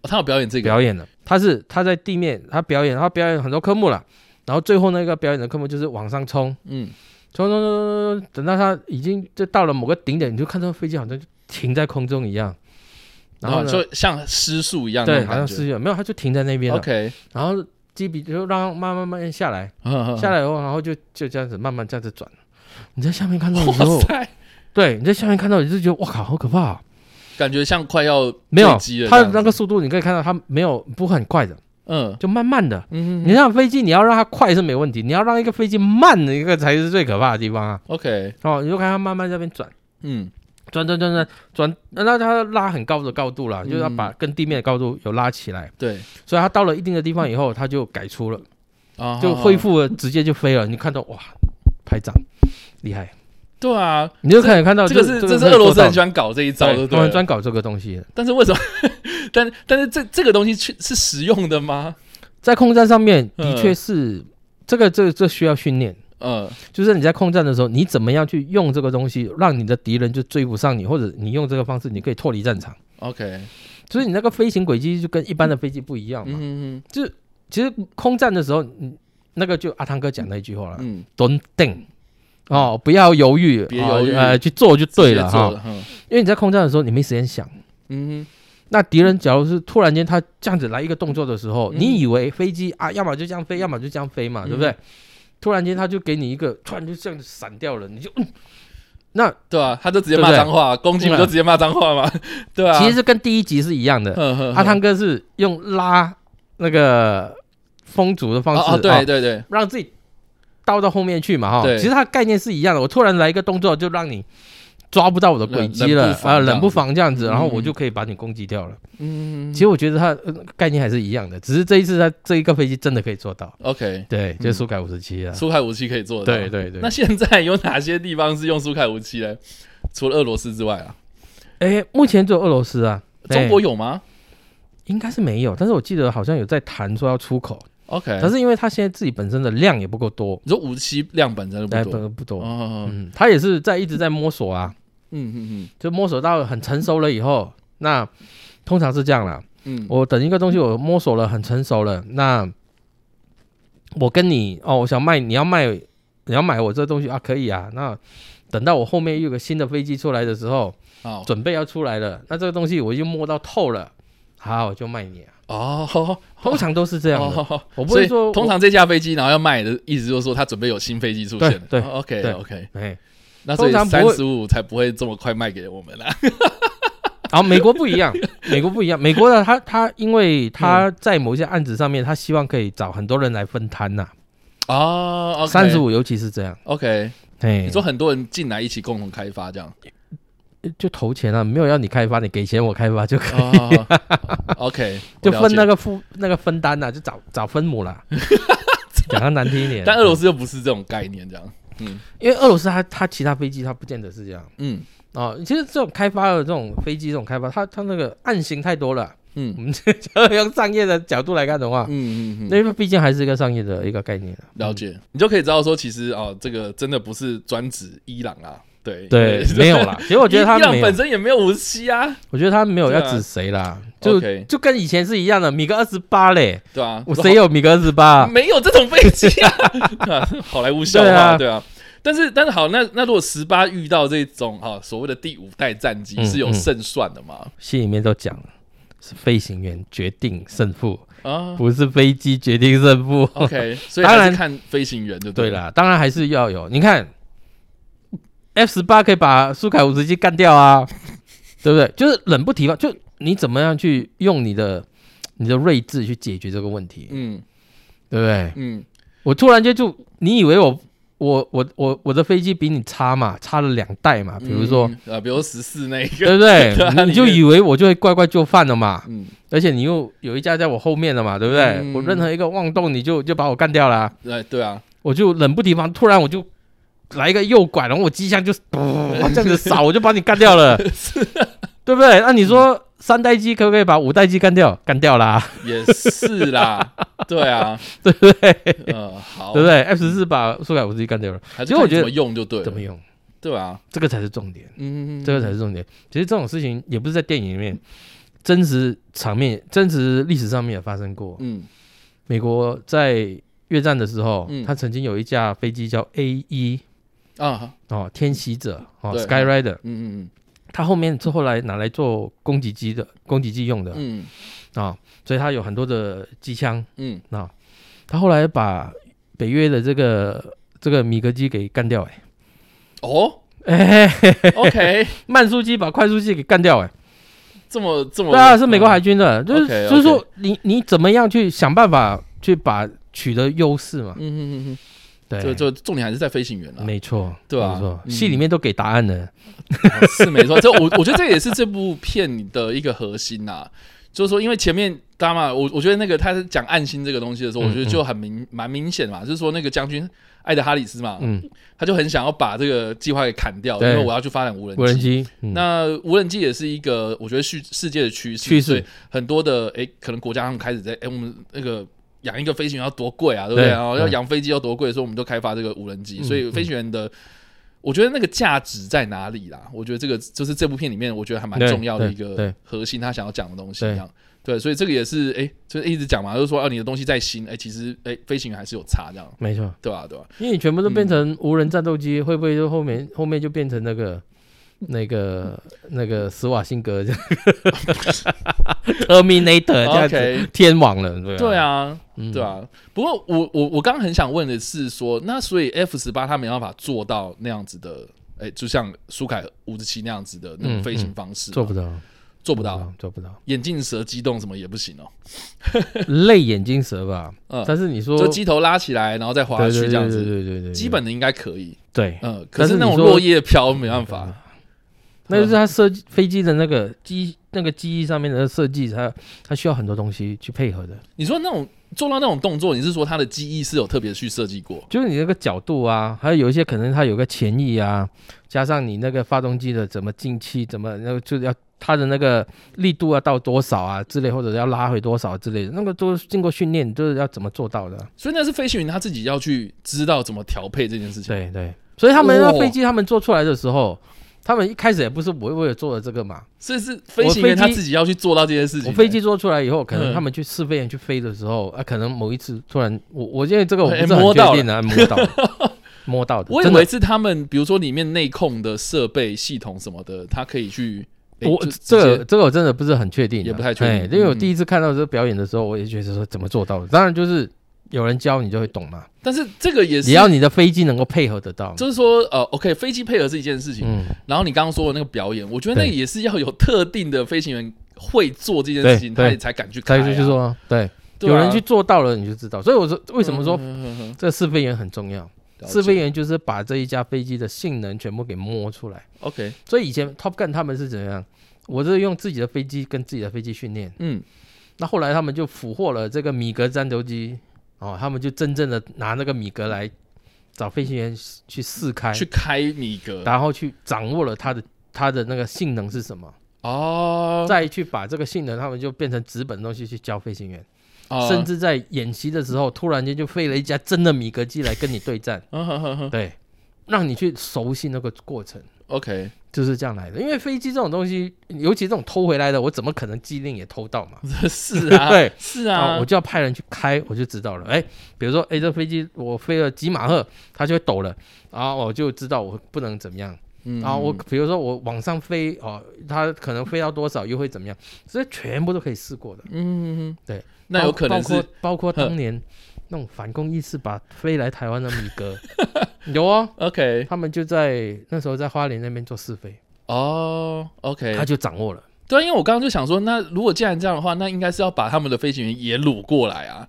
哦他有表演这个，表演的，他是他在地面，他表演，他表演很多科目了，然后最后那个表演的科目就是往上冲，嗯冲冲冲冲冲，等到他已经就到了某个顶点，你就看到飞机好像就停在空中一样，然然后后呢，哦就像失速一样那对，种好感像觉失去了，没有，他就停在那边了， ，OK，然后机笔就让它慢慢慢慢下来， [laughs] 下下来以后，然后就就这样子慢慢这样子转，你在下面看到的时 [laughs] 候哇，塞，对，你在下面看到你就觉得哇靠，好可怕啊、感觉像快要没有坠机，了这它样子，那个速度你可以看到它没有不会很快的，嗯就慢慢的。嗯你让飞机，你要让它快是没问题，你要让一个飞机慢的一个才是最可怕的地方啊！ ，OK，哦，你就看它慢慢这边转，嗯转转转转转，那它拉很高的高度了，嗯就是要把跟地面的高度有拉起来，对所以它到了一定的地方以后，它就改出了，啊，就恢复了，直接就飞了。你看到哇，拍掌，厉害！对啊，你就可以看到这个是这是俄罗斯很喜欢搞这一招的，他们对了，专搞这个东西的，但是为什么？ [laughs] 但但是这这个东西去是实用的吗？在空战上面的嗯确是这个这个这需要训练。嗯就是你在空战的时候，你怎么样去用这个东西，让你的敌人就追不上你，或者你用这个方式，你可以脱离战场。 ，OK，所以你那个飞行轨迹就跟一般的飞机不一样嘛。嗯其实空战的时候，你那个就阿汤哥讲那一句话了嗯嗯， ，“Don't think”，哦，不要犹豫，别犹豫哦呃，去做就对了直接做哈、了，嗯因为你在空战的时候，你没时间想。嗯那敌人假如是突然间他这样子来一个动作的时候，嗯你以为飞机啊，要么就这样飞，要么就这样飞嘛，嗯对不对？突然间他就给你一个，突然就这样子闪掉了，你就嗯，那哼，对啊，他就直接对不骂对脏话，攻击不就直接骂脏话吗？ [laughs] 对啊，其实跟第一集是一样的。嗯哼阿汤哥是用拉那个风阻的方式，哦哦，哦对对对，让自己倒到后面去嘛，哈、对其实它概念是一样的。我突然来一个动作，就让你抓不到我的轨迹冷了冷不防啊，这样子冷不防这样子，嗯然后我就可以把你攻击掉了。嗯其实我觉得它、呃概念还是一样的，只是这一次它这一个飞机真的可以做到。 ，OK，对，就是苏改五十七啊。嗯苏凯武器可以做的，对对对那。现在有哪些地方是用苏凯武器呢？除了俄罗斯之外啊，哎，目前只有俄罗斯啊，中国哎有吗应该是没有，但是我记得好像有在谈说要出口， ？OK，可是因为它现在自己本身的量也不够多，你说武器量本身就哎，不多，不不多。哦，嗯嗯，他也是在一直在摸索啊，嗯嗯就摸索到很成熟了以后，那通常是这样啦。嗯，我等一个东西我摸索了很成熟了，那我跟你哦，我想卖，你要卖，你要买我这东西啊，可以啊。那等到我后面又有个新的飞机出来的时候，好准备要出来了，那这个东西我已经摸到透了，好，我就卖你、啊。哦，通常都是这样的，哦，我不会所以说我通常这架飞机然后要卖的意思就是说他准备有新飞机出现了，对对，OK 对 OK，哎，那所以通常不三会十五才不会这么快卖给我们啊啦。然后啊美国不一样，美国不一样，美国的他他因为他嗯在某些案子上面，他希望可以找很多人来分摊呐、 [laughs] 哦，三十五尤其是这样， OK，哎你，说很多人进来一起共同开发这样。 [laughs] 就投钱啊，没有要你开发，你给钱我开 [laughs] 发就可以，哦 OK，就分那个。个负那个分担呐、就找找分 [laughs] 母啦。讲的难听一点，但俄罗斯又不是这种概念，这样。嗯因为俄罗斯它它其他飞机它不见得是这样嗯哦。其实这种开发的这种飞机这种开发，它它那个案型太多了。我嗯们就 [laughs] 用商业的角度来看的话，嗯嗯嗯，那毕竟还是一个商业的一个概念啊。了解，你就可以知道说，其实哦，这个真的不是专指伊朗啦，啊对 [laughs] 对，没有 [laughs] 啦。。其实我我觉得他伊朗没有本，身也没有武器啊，我觉得他没有对啊要指谁啦，就 OK 就跟以前是一样的，米格二十八嘞，对啊，我谁有米格二 [laughs] 十八？没有这种飞机 [laughs] 啊？好莱坞笑对话，啊对啊。但是但是好，那那如果十八遇到这种啊所谓的第五代战机嗯是有胜算的嘛？戏里面都讲了，是飞行员决定胜负，啊不是飞机决定胜负。 ，OK，所以当还然是看飞行员就 [laughs] 对了。啦，当然还是要有。你看，F 十八可以把苏凯五十七干掉啊，对不对？就是冷不提防，就你怎么样去用你的你的睿智去解决这个问题，嗯对不对？嗯我突然间就，你以为我我我我我的飞机比你差嘛，差了两代嘛，比 [laughs] 如说，嗯呃，比如十四那个，对不对？对啊你你就也以为我就会乖乖就范了嘛，嗯，而且你又有一家在我后面了嘛，对不对？嗯我任何一个妄动，你就就把我干掉了啊，对对啊，我就冷不及防，突然我就。来一个右拐，然后我机箱就哦这样 [laughs] 子扫，我就把你干掉了，对不对？那你说三代机可不可以把五代机干掉？干掉啦，也是 [laughs] 啦，对啊，对不对？嗯，好，对不对？F 十四把苏改五十一干掉了，还其是实看我你觉怎么得用就对怎么了，用？对啊，这个才是重点。嗯，这个才是重点。其实这种事情也不是在电影里面，真实场面、真实历史上面也发生过。嗯美国在越战的时候，嗯他曾经有一架飞机叫 A 一啊，哦，天袭者哦对，Skyrider，嗯嗯它后面是后来拿来做攻击机的，攻击机用的啊、嗯哦所以它有很多的机枪嗯啊、哦。他后来把北约的这个这个米格机给干掉、哎嗯，哦哎、 [laughs] 嘿嘿，OK，慢速机把快速机给干掉、哎。这么这么，对啊，是嗯美国海军的，就是 OK，OK 就是说你你怎么样去想办法去把取得优势嘛？嗯，嗯嗯嗯对，嗯，就就重点还是在飞行员啦，没错，对啊没错，嗯啊戏里面都给答案了，是没错，这我我觉得这也是这部片的一个核心呐、就是说，因为前面大家嘛，我我觉得那个他是讲暗星这个东西的时候，嗯我觉得就很明蛮明显嘛，就是说那个将军艾德哈里斯嘛，嗯，他就很想要把这个计划给砍掉，因对为我要去发展无人无人机，嗯那无人机也是一个我觉得世世界的趋势，趋势所以很多的诶，可能国家他们开始在诶，我们那个养一个飞行员要多贵啊，对不对？对然后要嗯养飞机要多贵，所以我们都开发这个无人机。嗯所以飞行员的，我觉得那个价值在哪里啦？我觉得这个就是这部片里面我觉得还蛮对重要的对一个对核心，他想要讲的东西对一样。对，所以这个也是诶，就是一直讲嘛，就是说啊，你的东西在新，诶，其实诶，飞行员还是有差这样，没错，对吧、对吧、因为你全部都变成无人战斗机，会不会就后面后面就变成那个？那个那个斯瓦辛格 [laughs] ，Terminator 这样子 OK 天网了，对啊对，啊，嗯对，啊，不过我我我刚刚很想问的是说，那所以 F 十八它没办法做到那样子的，哎、就像苏凯五十七那样子的那嗯种飞行方式嘛、做不到，嗯做不到，，做不到，眼镜蛇机动什么也不行哦，泪眼睛蛇吧？ [laughs] 嗯，但是你说就机头拉起来然后再滑对去对这样对子，对对对对，基本的应该可以，对，嗯，可但是是那种你说嗯落叶飘没办法，那就是他设计飞机的那个机那个机翼上面的设计，它它需要很多东西去配合的，你说那种做到那种动作，你是说他的机翼是有特别去设计过？就是你那个角度啊，还有有一些可能它有个前翼啊，加上你那个发动机的怎么进气，怎么那个就是要它的那个力度要到多少啊之类，或者要拉回多少之类的，那个都是经过训练，就是要怎么做到的。所以那是飞行员他自己要去知道怎么调配这件事情。对对，所以他们那哦飞机他们做出来的时候。他们一开始也不是我我也做了这个嘛，所以是飞行员我飞机他自己要去做到这件事情、我飞机做出来以后，可嗯能他们去试飞员去飞的时候，啊，可能某一次突然，我我因为这个我不哎是很摸确到定 [laughs] 啊，摸到的摸到的，我以真的为是他们，比如说里面内控的设备系统什么的，它可以去。诶我就这直个接这个我真的不是很确定啊，也不太确定哎因为我嗯第一次看到这个表演的时候，我也觉得说怎么做到的，当然就是有人教你就会懂嘛，但是这个也是，只要你的飞机能够配合得到，就是说，呃，OK，飞机配合是一件事情，嗯，然后你刚刚说的那个表演，我觉得那对也是要有特定的飞行员会做这件事情，对他对也才敢去开、再啊。就是说，对，对啊，有人去做到了你就知道，所以我说为什么说嗯嗯嗯嗯这个试飞员很重要，了解试飞员就是把这一架飞机的性能全部给摸出来。 ？OK，所以以前 Top Gun 他们是怎样？我是用自己的飞机跟自己的飞机训练。嗯，那后来他们就俘获了这个米格战斗机，哦，他们就真正的拿那个米格来找飞行员去试开，去开米格然后去掌握了它的它的那个性能是什么，哦，再去把这个性能他们就变成纸本的东西去教飞行员，哦，甚至在演习的时候突然间就飞了一架真的米格机来跟你对战嗯哼哼哼对，让你去熟悉那个过程。 [laughs] ，OK，就是这样来的。因为飞机这种东西，尤其这种偷回来的，我怎么可能机令也偷到嘛？是啊，对，是啊，啊我，就要派人去开，我就知道了。哎，比如说，哎，这飞机我飞了几马赫，它就会抖了，然后我就知道我不能怎么样。嗯然后啊我比如说我往上飞哦，它可能飞到多少又会怎么样，这全部都可以试过的。嗯，嗯对，那有可能包是括包括当年那种反攻意识把飞来台湾的米格 [laughs] 有哦， OK，他们就在那时候在花莲那边做试飞，哦，OK，他就掌握了。对啊，因为我刚刚就想说，那如果既然这样的话，那应该是要把他们的飞行员也掳过来啊，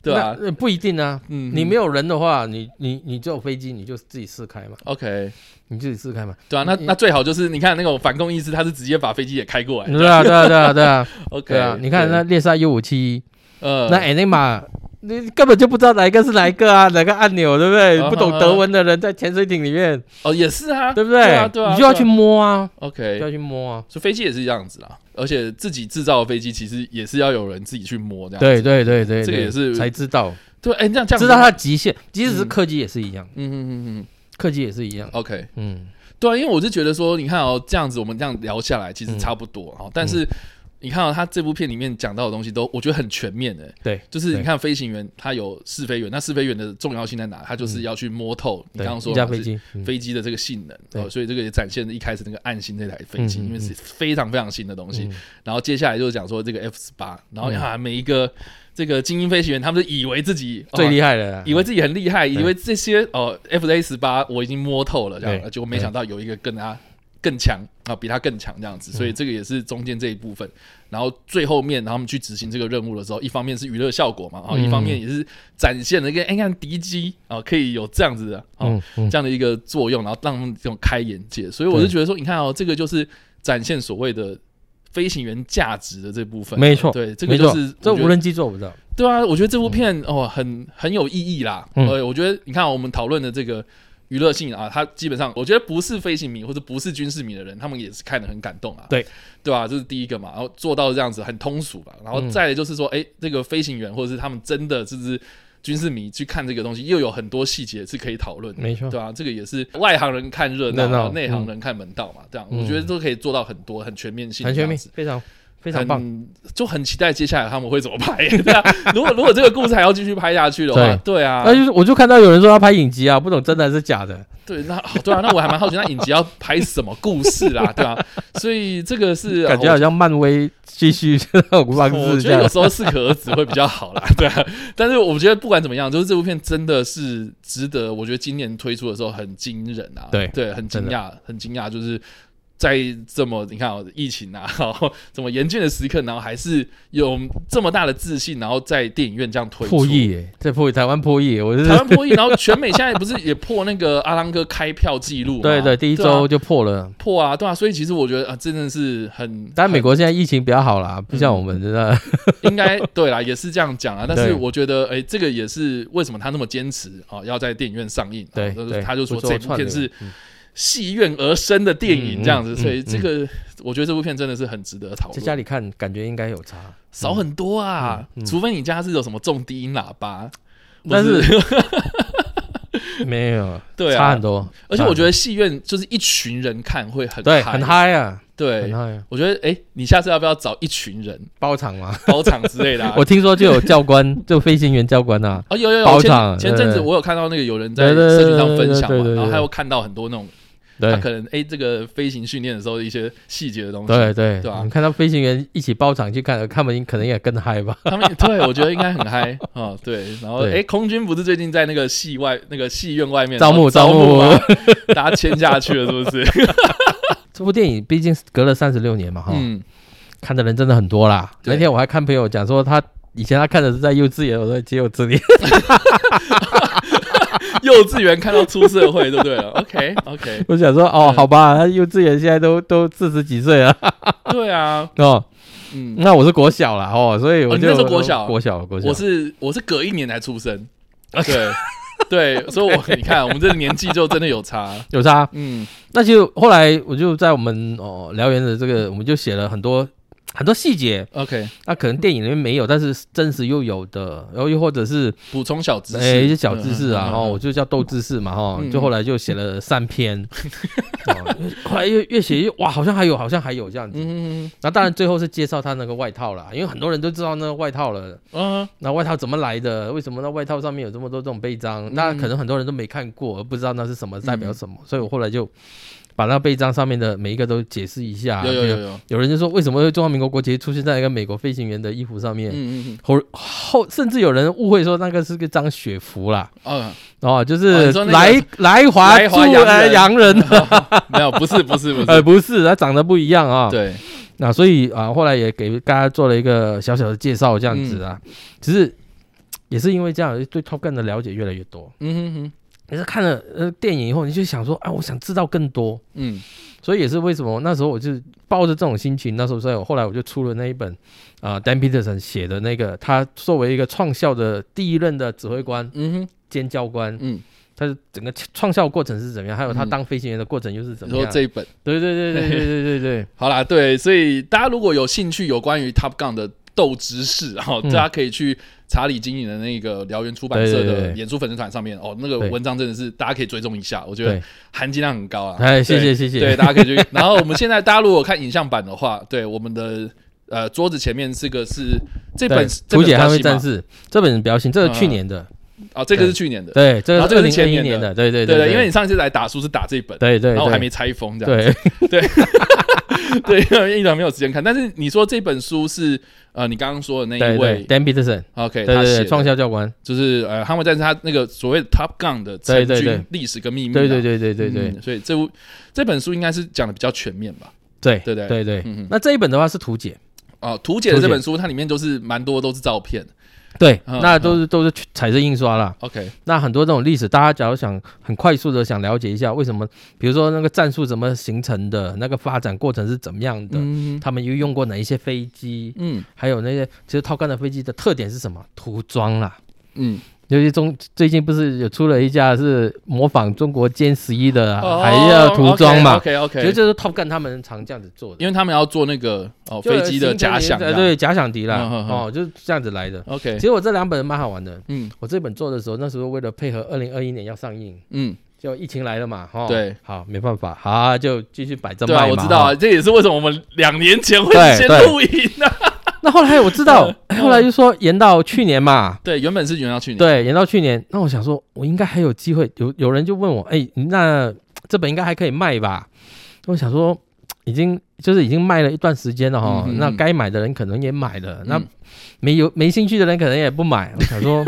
对吧、那呃不一定啊，嗯哼，你没有人的话，你你你只有飞机，你就自己试开嘛， OK，你自己试开嘛。对啊，那你那最好就是你看那种反共意识，他是直接把飞机也开过来。对啊，对啊，对啊，[laughs] 对啊， OK，对啊！你看那猎杀 U 五七，呃，那 Anima，你根本就不知道哪一个是哪一个啊，哪个按钮，对不啊哈对？不懂德文的人在潜水艇里面，哦也是啊，对不对啊对啊你就要去摸啊，就 OK，要去摸啊。所以飞机也是这样子啦，而且自己制造的飞机其实也是要有人自己去摸这样。对对对对，啊这个对也是才知道，对，哎，这样这样知道它的极限，即使是嗯客机也是一样，嗯嗯嗯嗯客机也是一样。 ，OK，嗯，对啊，因为我是觉得说，你看哦，这样子我们这样聊下来其嗯实差不多哦，但是。你看到、哦他这部片里面讲到的东西都，我觉得很全面的、对，就是你对看飞行员他有试飞员，那试飞员的重要性在哪？他就是要去摸透、你嗯对刚刚说一架嘛飞是机，嗯飞机的这个性能，对哦，所以这个也展现了一开始那个暗星那台飞机，嗯嗯因为是非常非常新的东西。嗯然后接下来就是讲说这个 F 十八，然后嗯啊，每一个这个精英飞行员，他们就以为自己最厉害。害的啊啦，哦以为自己很厉害，对以为这些哦 F A 十八我已经摸透了这样，对结果没想到有一个更他更强啊，比他更强这样嗯子，所以这个也是中间这一部分。然后最后面，然后他们去执行这个任务的时候，一方面是娱乐效果嘛，啊，嗯一方面也是展现了一个哎，看敌机啊，可以有这样子的啊，嗯嗯这样的一个作用，然后让他们这种开眼界。所以我就觉得说，你看哦，这个就是展现所谓的飞行员价值的这部分。没错对，这个没就错，是这我觉得无人机做不到。对啊，我觉得这部片、哦很很有意义啦。嗯呃，我觉得你看我们讨论的这个娱乐性啊，它基本上我觉得不是飞行迷或者不是军事迷的人，他们也是看得很感动啊。对，对吧、这是第一个嘛，然后做到这样子很通俗吧，然后嗯再来就是说，哎、这个飞行员或者是他们真的就是军事迷去看这个东西，又有很多细节是可以讨论的。没错对啊，这个也是外行人看热闹，热闹然后内行嗯人看门道嘛，这样、嗯我觉得都可以做到很多很全面性，很全面，。非常非常棒。很，就很期待接下来他们会怎么拍。 [laughs] 对啊，如果如果这个故事还要继续拍下去的话，对啊那、，就是我就看到有人说要拍影集啊，不懂真的还是假的。对，那哦对啊，那我还蛮好奇，那影集要拍什么故事啦？对啊，所以这个是啊哦 [laughs] 感觉好像漫威继续这 [laughs] 种方我式觉这得有样。时候适可而止会比较好啦， [laughs] 对啊。但是我觉得不管怎么样，就是这部片真的是值得，我觉得今年推出的时候很惊人啊，对对，很惊讶，很惊讶，就是在这么你看、哦、疫情啊， [laughs] 然后这么严峻的时刻，然后还是有这么大的自信，然后在电影院这样推出破。亿耶，这破亿台湾破亿耶，我是台湾破亿，然后全美现在不是也破那个阿汤哥开票记录吗？对对，第一啊周就破了。破啊，对啊，所以其实我觉得啊，真的是很，当然，美国现在疫情比较好啦，不像我嗯们真的。应该对啦，也是这样讲啊。但是对我觉得，哎、这个也是为什么他那么坚持啊，要在电影院上映。啊对就是对他就说不做这部串片流是戏院而生的电影嗯这样子，嗯所以嗯这个、我觉得这部片真的是很值得讨在家论。里看，感觉应该有差。少很多啊，嗯嗯除非你家是有什么重低音喇叭，但或是 [laughs] 没有，对啊差很多。而且我觉得得戏院就是一群人看会很对，嗨很，嗨啊，对很，嗨啊，我觉得，哎、你下次要不要找一群人包场嘛。？包场之类的、啊 [laughs] 我听说就有教官，就飞行员教官啊，哦，有有有，包前场前阵子对我有看到那个有人在对对对社群上分享对对嘛，对对然后还有看到很多那种他对可能哎、这个飞行训练的时候的一些细节的东西。对对，对啊你看到飞行员一起包场去看，他们可能也更 [laughs] 嗨吧。他们对我觉得应该很嗨啊、哦对。然后哎、对空军不是最近在那个戏外那个戏院外面招募招募吗， [laughs] 大家签下去了是不 [laughs] 是？ [laughs] 这部电影毕竟隔了三十六年嘛，哈、嗯，看的人真的很多啦。对那天我还看朋友讲说，他以前他看的是在幼稚园，我说只有 [laughs] 这里，幼稚园看到出社会，对不对？OK OK，我想说哦，嗯好吧，他幼稚园现在都都四十几岁了对啊，哦，嗯，那我是国小啦哦，所以哦我你就、那时候国小国小国小，我是我是隔一年才出生，对 [laughs] 对，所以我你看我们这个年纪就真的有差，有差。嗯那就后来我就在我们哦辽源的这个，我们就写了很多很多细节， ，OK，那可能电影里面没有，但是真实又有的，然后又或者是补充小知识，哎、一些小知识啊，嗯嗯嗯哈、我就叫斗知识嘛，哈、嗯就后来就写了三篇， [laughs] 哦后来越越写越哇，好像还有，好像还有这样子。嗯嗯那当然最后是介绍他那个外套啦，因为很多人都知道那个外套了，嗯，那外套怎么来的？为什么那外套上面有这么多这种背嗯章？那可能很多人都没看过，而不知道那是什么代表什么，所以我后来就把那背章上面的每一个都解释一下。嗯有有有就有，有人就说为什么中华民国国旗出现在一个美国飞行员的衣服上面？嗯嗯后后甚至有人误会说那个是个张雪服啦，嗯， [laughs] 哦，就哦你是说那个来、来华来华驻洋呃人洋人， [laughs] 没有，不是不是不呃，是，不是，他长得不一样啊、对，那所以啊，后来也给大家做了一个小小的介绍，这样子啊。嗯只是也是因为这样，对 Top Gun 的了解越来越多。嗯哼哼，你是看了呃电影以后，你就想说啊，我想知道更多。嗯所以也是为什么那时候我就抱着这种心情，那时候所以我后来我就出了那一本啊、呃、，Dan Peterson 写的那个，他作为一个创校的第一任的指挥官嗯哼，兼教官，嗯，他的整个创校过程是怎么样，还有他嗯当飞行员的过程又是怎你么说样？这一本。对对对对对对对对，好啦，对，所以大家如果有兴趣有关于 Top Gun 的斗知识，然后大嗯家可以去查理经营的那个燎原出版社对对对的对演出粉丝团上面哦，那个对文章真的是大家可以追踪一下，我觉得对含金量很高啊。哎，谢对谢谢谢，对，大家可以 [laughs] 去。然后我们现在大家如果看影像版的话，对我们的呃桌子前面这个是 [laughs] 这对本《这图本解标捍卫新战嘛士》这本标新，这嗯个去年的，哦，这个是去年的，对，这然个后这个是二前零二一年的的，对对对对，因为你上次来打书是打这本，对对，然后我对还没拆封这样，对，对，因为一直还没有时间看。但是你说这本书是呃你刚刚说的那对一对位，Dan Peterson， ，OK，对他对写对，的创校教官，就是呃，捍卫战士他那个所谓 Top Gun 的成对对军对历史跟秘密啊，对对对对对对嗯所以这部这本书应该是讲的比较全面吧。对对对对对。嗯哼，那这一本的话是图解，哦，图解的图这解本书它里面就是蛮多都是照片对，嗯那都是都是彩色印刷啦。 ，OK，那很多这种历史，大家假如想很快速的想了解一下，为什么，比如说那个战术怎么形成的，那个发展过程是怎么样的，嗯他们又用过哪一些飞机，嗯还有那些其实套杆的飞机的特点是什么？涂装啦，嗯，尤其中最近不是有出了一架是模仿中国歼十一的，哦啊还要涂装嘛？ ，OK 其实 OK，这是 Top Gun 他们常这样子做的，因为他们要做那个哦就飞机的假想呃啊，对假想敌啦，嗯哼哼哦，就是这样子来的。 ，OK，其实我这两本蛮好玩的，嗯我这本做的时候，那时候为了配合二零二一年要上映，嗯，就疫情来了嘛，哈、哦，对，好，没办法，好啊，就继续摆着对啊，卖嘛。哦我知道啊，哈这也是为什么我们两年前会对先对录影啊。那后来我知道， [laughs] 后来就说延到去年嘛，对，原本是原要去年，对，延到去年。那我想说，我应该还有机会。有有人就问我，哎，那这本应该还可以卖吧？我想说，已经就是已经卖了一段时间了哈、嗯嗯嗯那该买的人可能也买了，那嗯没有没兴趣的人可能也不买。我想 [laughs] 说，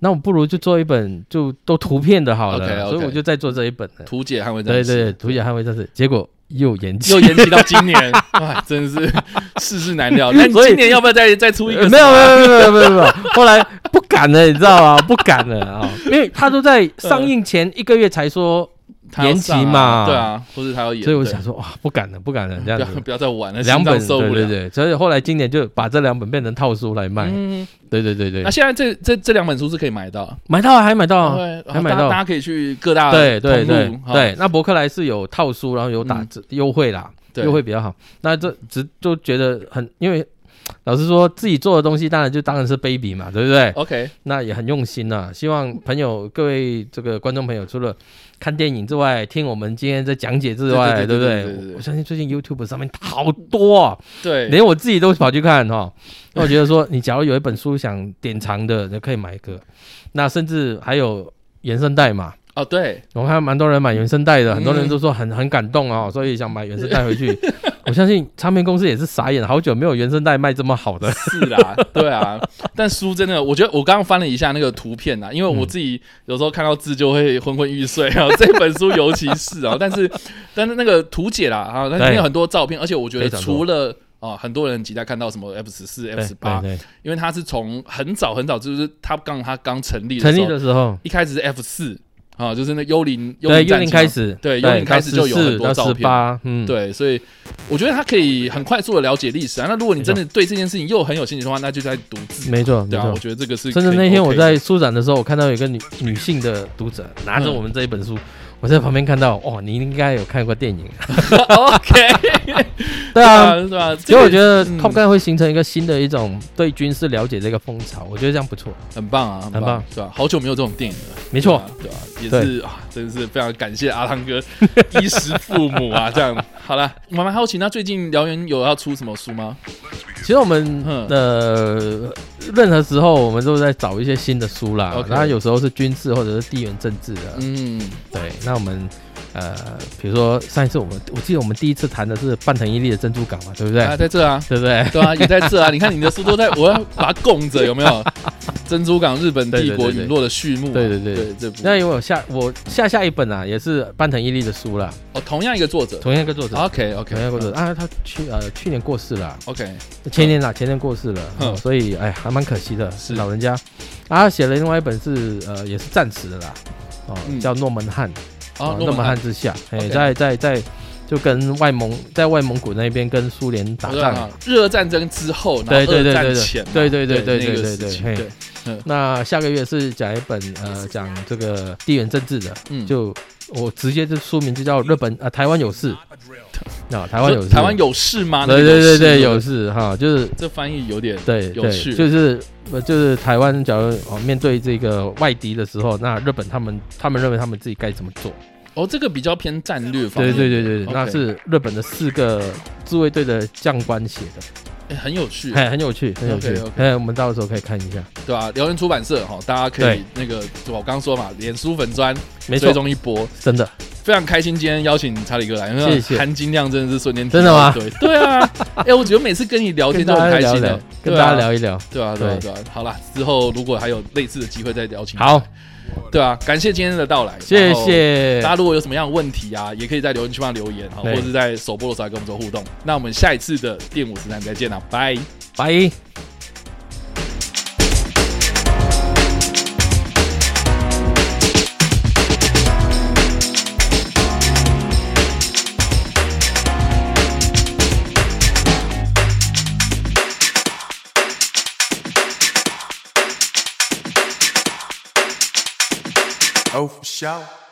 那我不如就做一本就都图片的好了 OK，OK 所以我就再做这一本了。图解捍卫战对士，对对，图解捍卫战士，结果又延 [laughs] 期又。延期到今年，哇，真的是世事难 [laughs] 料。那你所以呃今年要不要再再出一个？ [laughs] 没有没有没有没有没有没有，后来不敢了，你知道吗？不敢了啊、因为他都在上映前一个月才说他要延期上啊嘛对啊，或者他要演，所以我对嗯想说，哇，不敢了，不敢了，这不样要子。不要再 [laughs] 玩了，两本心脏受不对了。对对，所以后来今年就把这两本变成套书来卖。嗯，对对对对那，现在这这这两本书是可以买到的，买到啊，还买到啊。对，然还后买大家到大家可以去各大对对啊通对路哈对，那博客来是有套书，然后有打折优惠啦，对优惠比较好。那这只就觉得很，因为老实说，自己做的东西当然就当然是 baby 嘛，对不对？ OK，那也很用心呐、希望朋友各位这个观众朋友，除了看电影之外，听我们今天在讲解之外，对对不对对对对对我我相信最近 YouTube 上面好多、啊，对，连我自己都跑去看哈、那我觉得说，你假如有一本书想典藏的，你可以买一个。那甚至还有原声带嘛，哦对，我看蛮多人买原声带的，很多人嗯都说很很感动哦，所以想买原声带回去。我相信唱片公司也是傻眼，好久没有原声带卖这么好的。是啦，对啊，但书真的，我觉得我刚刚翻了一下那个图片啊，因为我嗯自己有时候看到字就会昏昏欲睡啊， [laughs] 这本书尤其是啊，但是但是那个图解啦啊，那里面有很多照片，而且我觉得非常多除了。啊、很多人期待看到什么 F 十四、F [laughs] 对十八，对因为它是从很早很早，就是它刚它刚成立的对，成时立候，的时候，一开始是 F 四啊，就是那幽灵幽对，灵幽战灵机开嘛始，对幽灵开始就有很多到照十片八，嗯，对，所以我觉得他可以很快速的了解历史啊。那如果你真的对这件事情又很有兴趣的话，那就在读字。没错，没对啊，我错。觉得这个是甚至可以那天 OK 我的在书展的时候，我看到有一个女女性的读者拿嗯着我们这一本书，我在旁边看到，哦，你应该有看过电影，[laughs] 啊 OK， [laughs] 对 [laughs] 啊。是吧？所以我觉得得嗯 Top Gun 会形成一个新的一种对军事了解的一个风潮，我觉得这样不错，很棒啊，很棒很棒，对吧？好久没有这种电影了，没错。对吧，对吧？也是啊，真是非常感谢阿汤哥衣食父母啊，这 [laughs] 样。好了，我蛮好奇，那最近燎原有要出什么书吗？其实我们嗯呃，任何时候我们都在找一些新的书啦 OK，然后有时候是军事或者是地缘政治的，嗯，对，那我们呃，比如说上一次我们，我记得我们第一次谈的是半藤一力的珍珠港嘛，对不对？啊，在这啊， [laughs] 对不对？ [laughs] 对啊，也在这啊。你看你的书都在，我要把它供着，有没有？珍珠港日本帝国对对对对陨落的序幕嘛，啊对对对对这部嗯那因为我下我下下一本啊，也是班藤伊力的书啦，哦，同样一个作者同样一个作者， ，OK 同样一哦 OK 个作者啊，他去呃去年过世了啊， OK，前年啦，前年过世了，嗯哦所以哎还蛮可惜的，是老人家。啊，他写了另外一本是呃也是战时的啦，哦嗯叫《诺门汉》哦哦，诺诺曼汉门汉之下，哎 OK 在在在就跟外蒙在外蒙古那边跟苏联打我知道仗。了日俄战争之后，然后对对啊二对战对前嘛，对对对对那对个对时对期嘿对，那下个月是讲一本呃讲这个地缘政治的，嗯，就我直接就书名就叫日本啊台湾有事，啊台湾有说事，嗯台湾有事吗？那对个对对对事有事哈，就是这翻译有点对有对，趣就是呃就是台湾，假如哦面对这个外敌的时候，那日本他们他们认为他们自己该怎么做？哦，这个比较偏战略方对面，对对对，对 OK 那是日本的四个自卫队的将官写诶的，很有趣，哎，很有趣，很有趣 OK，OK。哎，我们到时候可以看一下，对吧？辽源出版社哈，大家可以那对个我刚说嘛，脸书粉砖没追错，踪一波，真的非常开心今天邀请查理哥来，因为谢谢含金量真的是瞬间提真的吗高对对 [laughs] 啊，哎，我觉得每次跟你聊天跟都大很家开聊心聊的，，跟对啊大家聊一聊，对啊，对啊，对啊。好啦，之后如果还有类似的机会再邀请。，好，对啊，感谢今天的到来，谢然后谢大，家如果有什么样的问题啊，也可以在留言区帮留言哈，或对者是在首播的时候来跟我们做互动。那我们下一次的电舞实战再见啦，拜。拜。 Oh, for sure.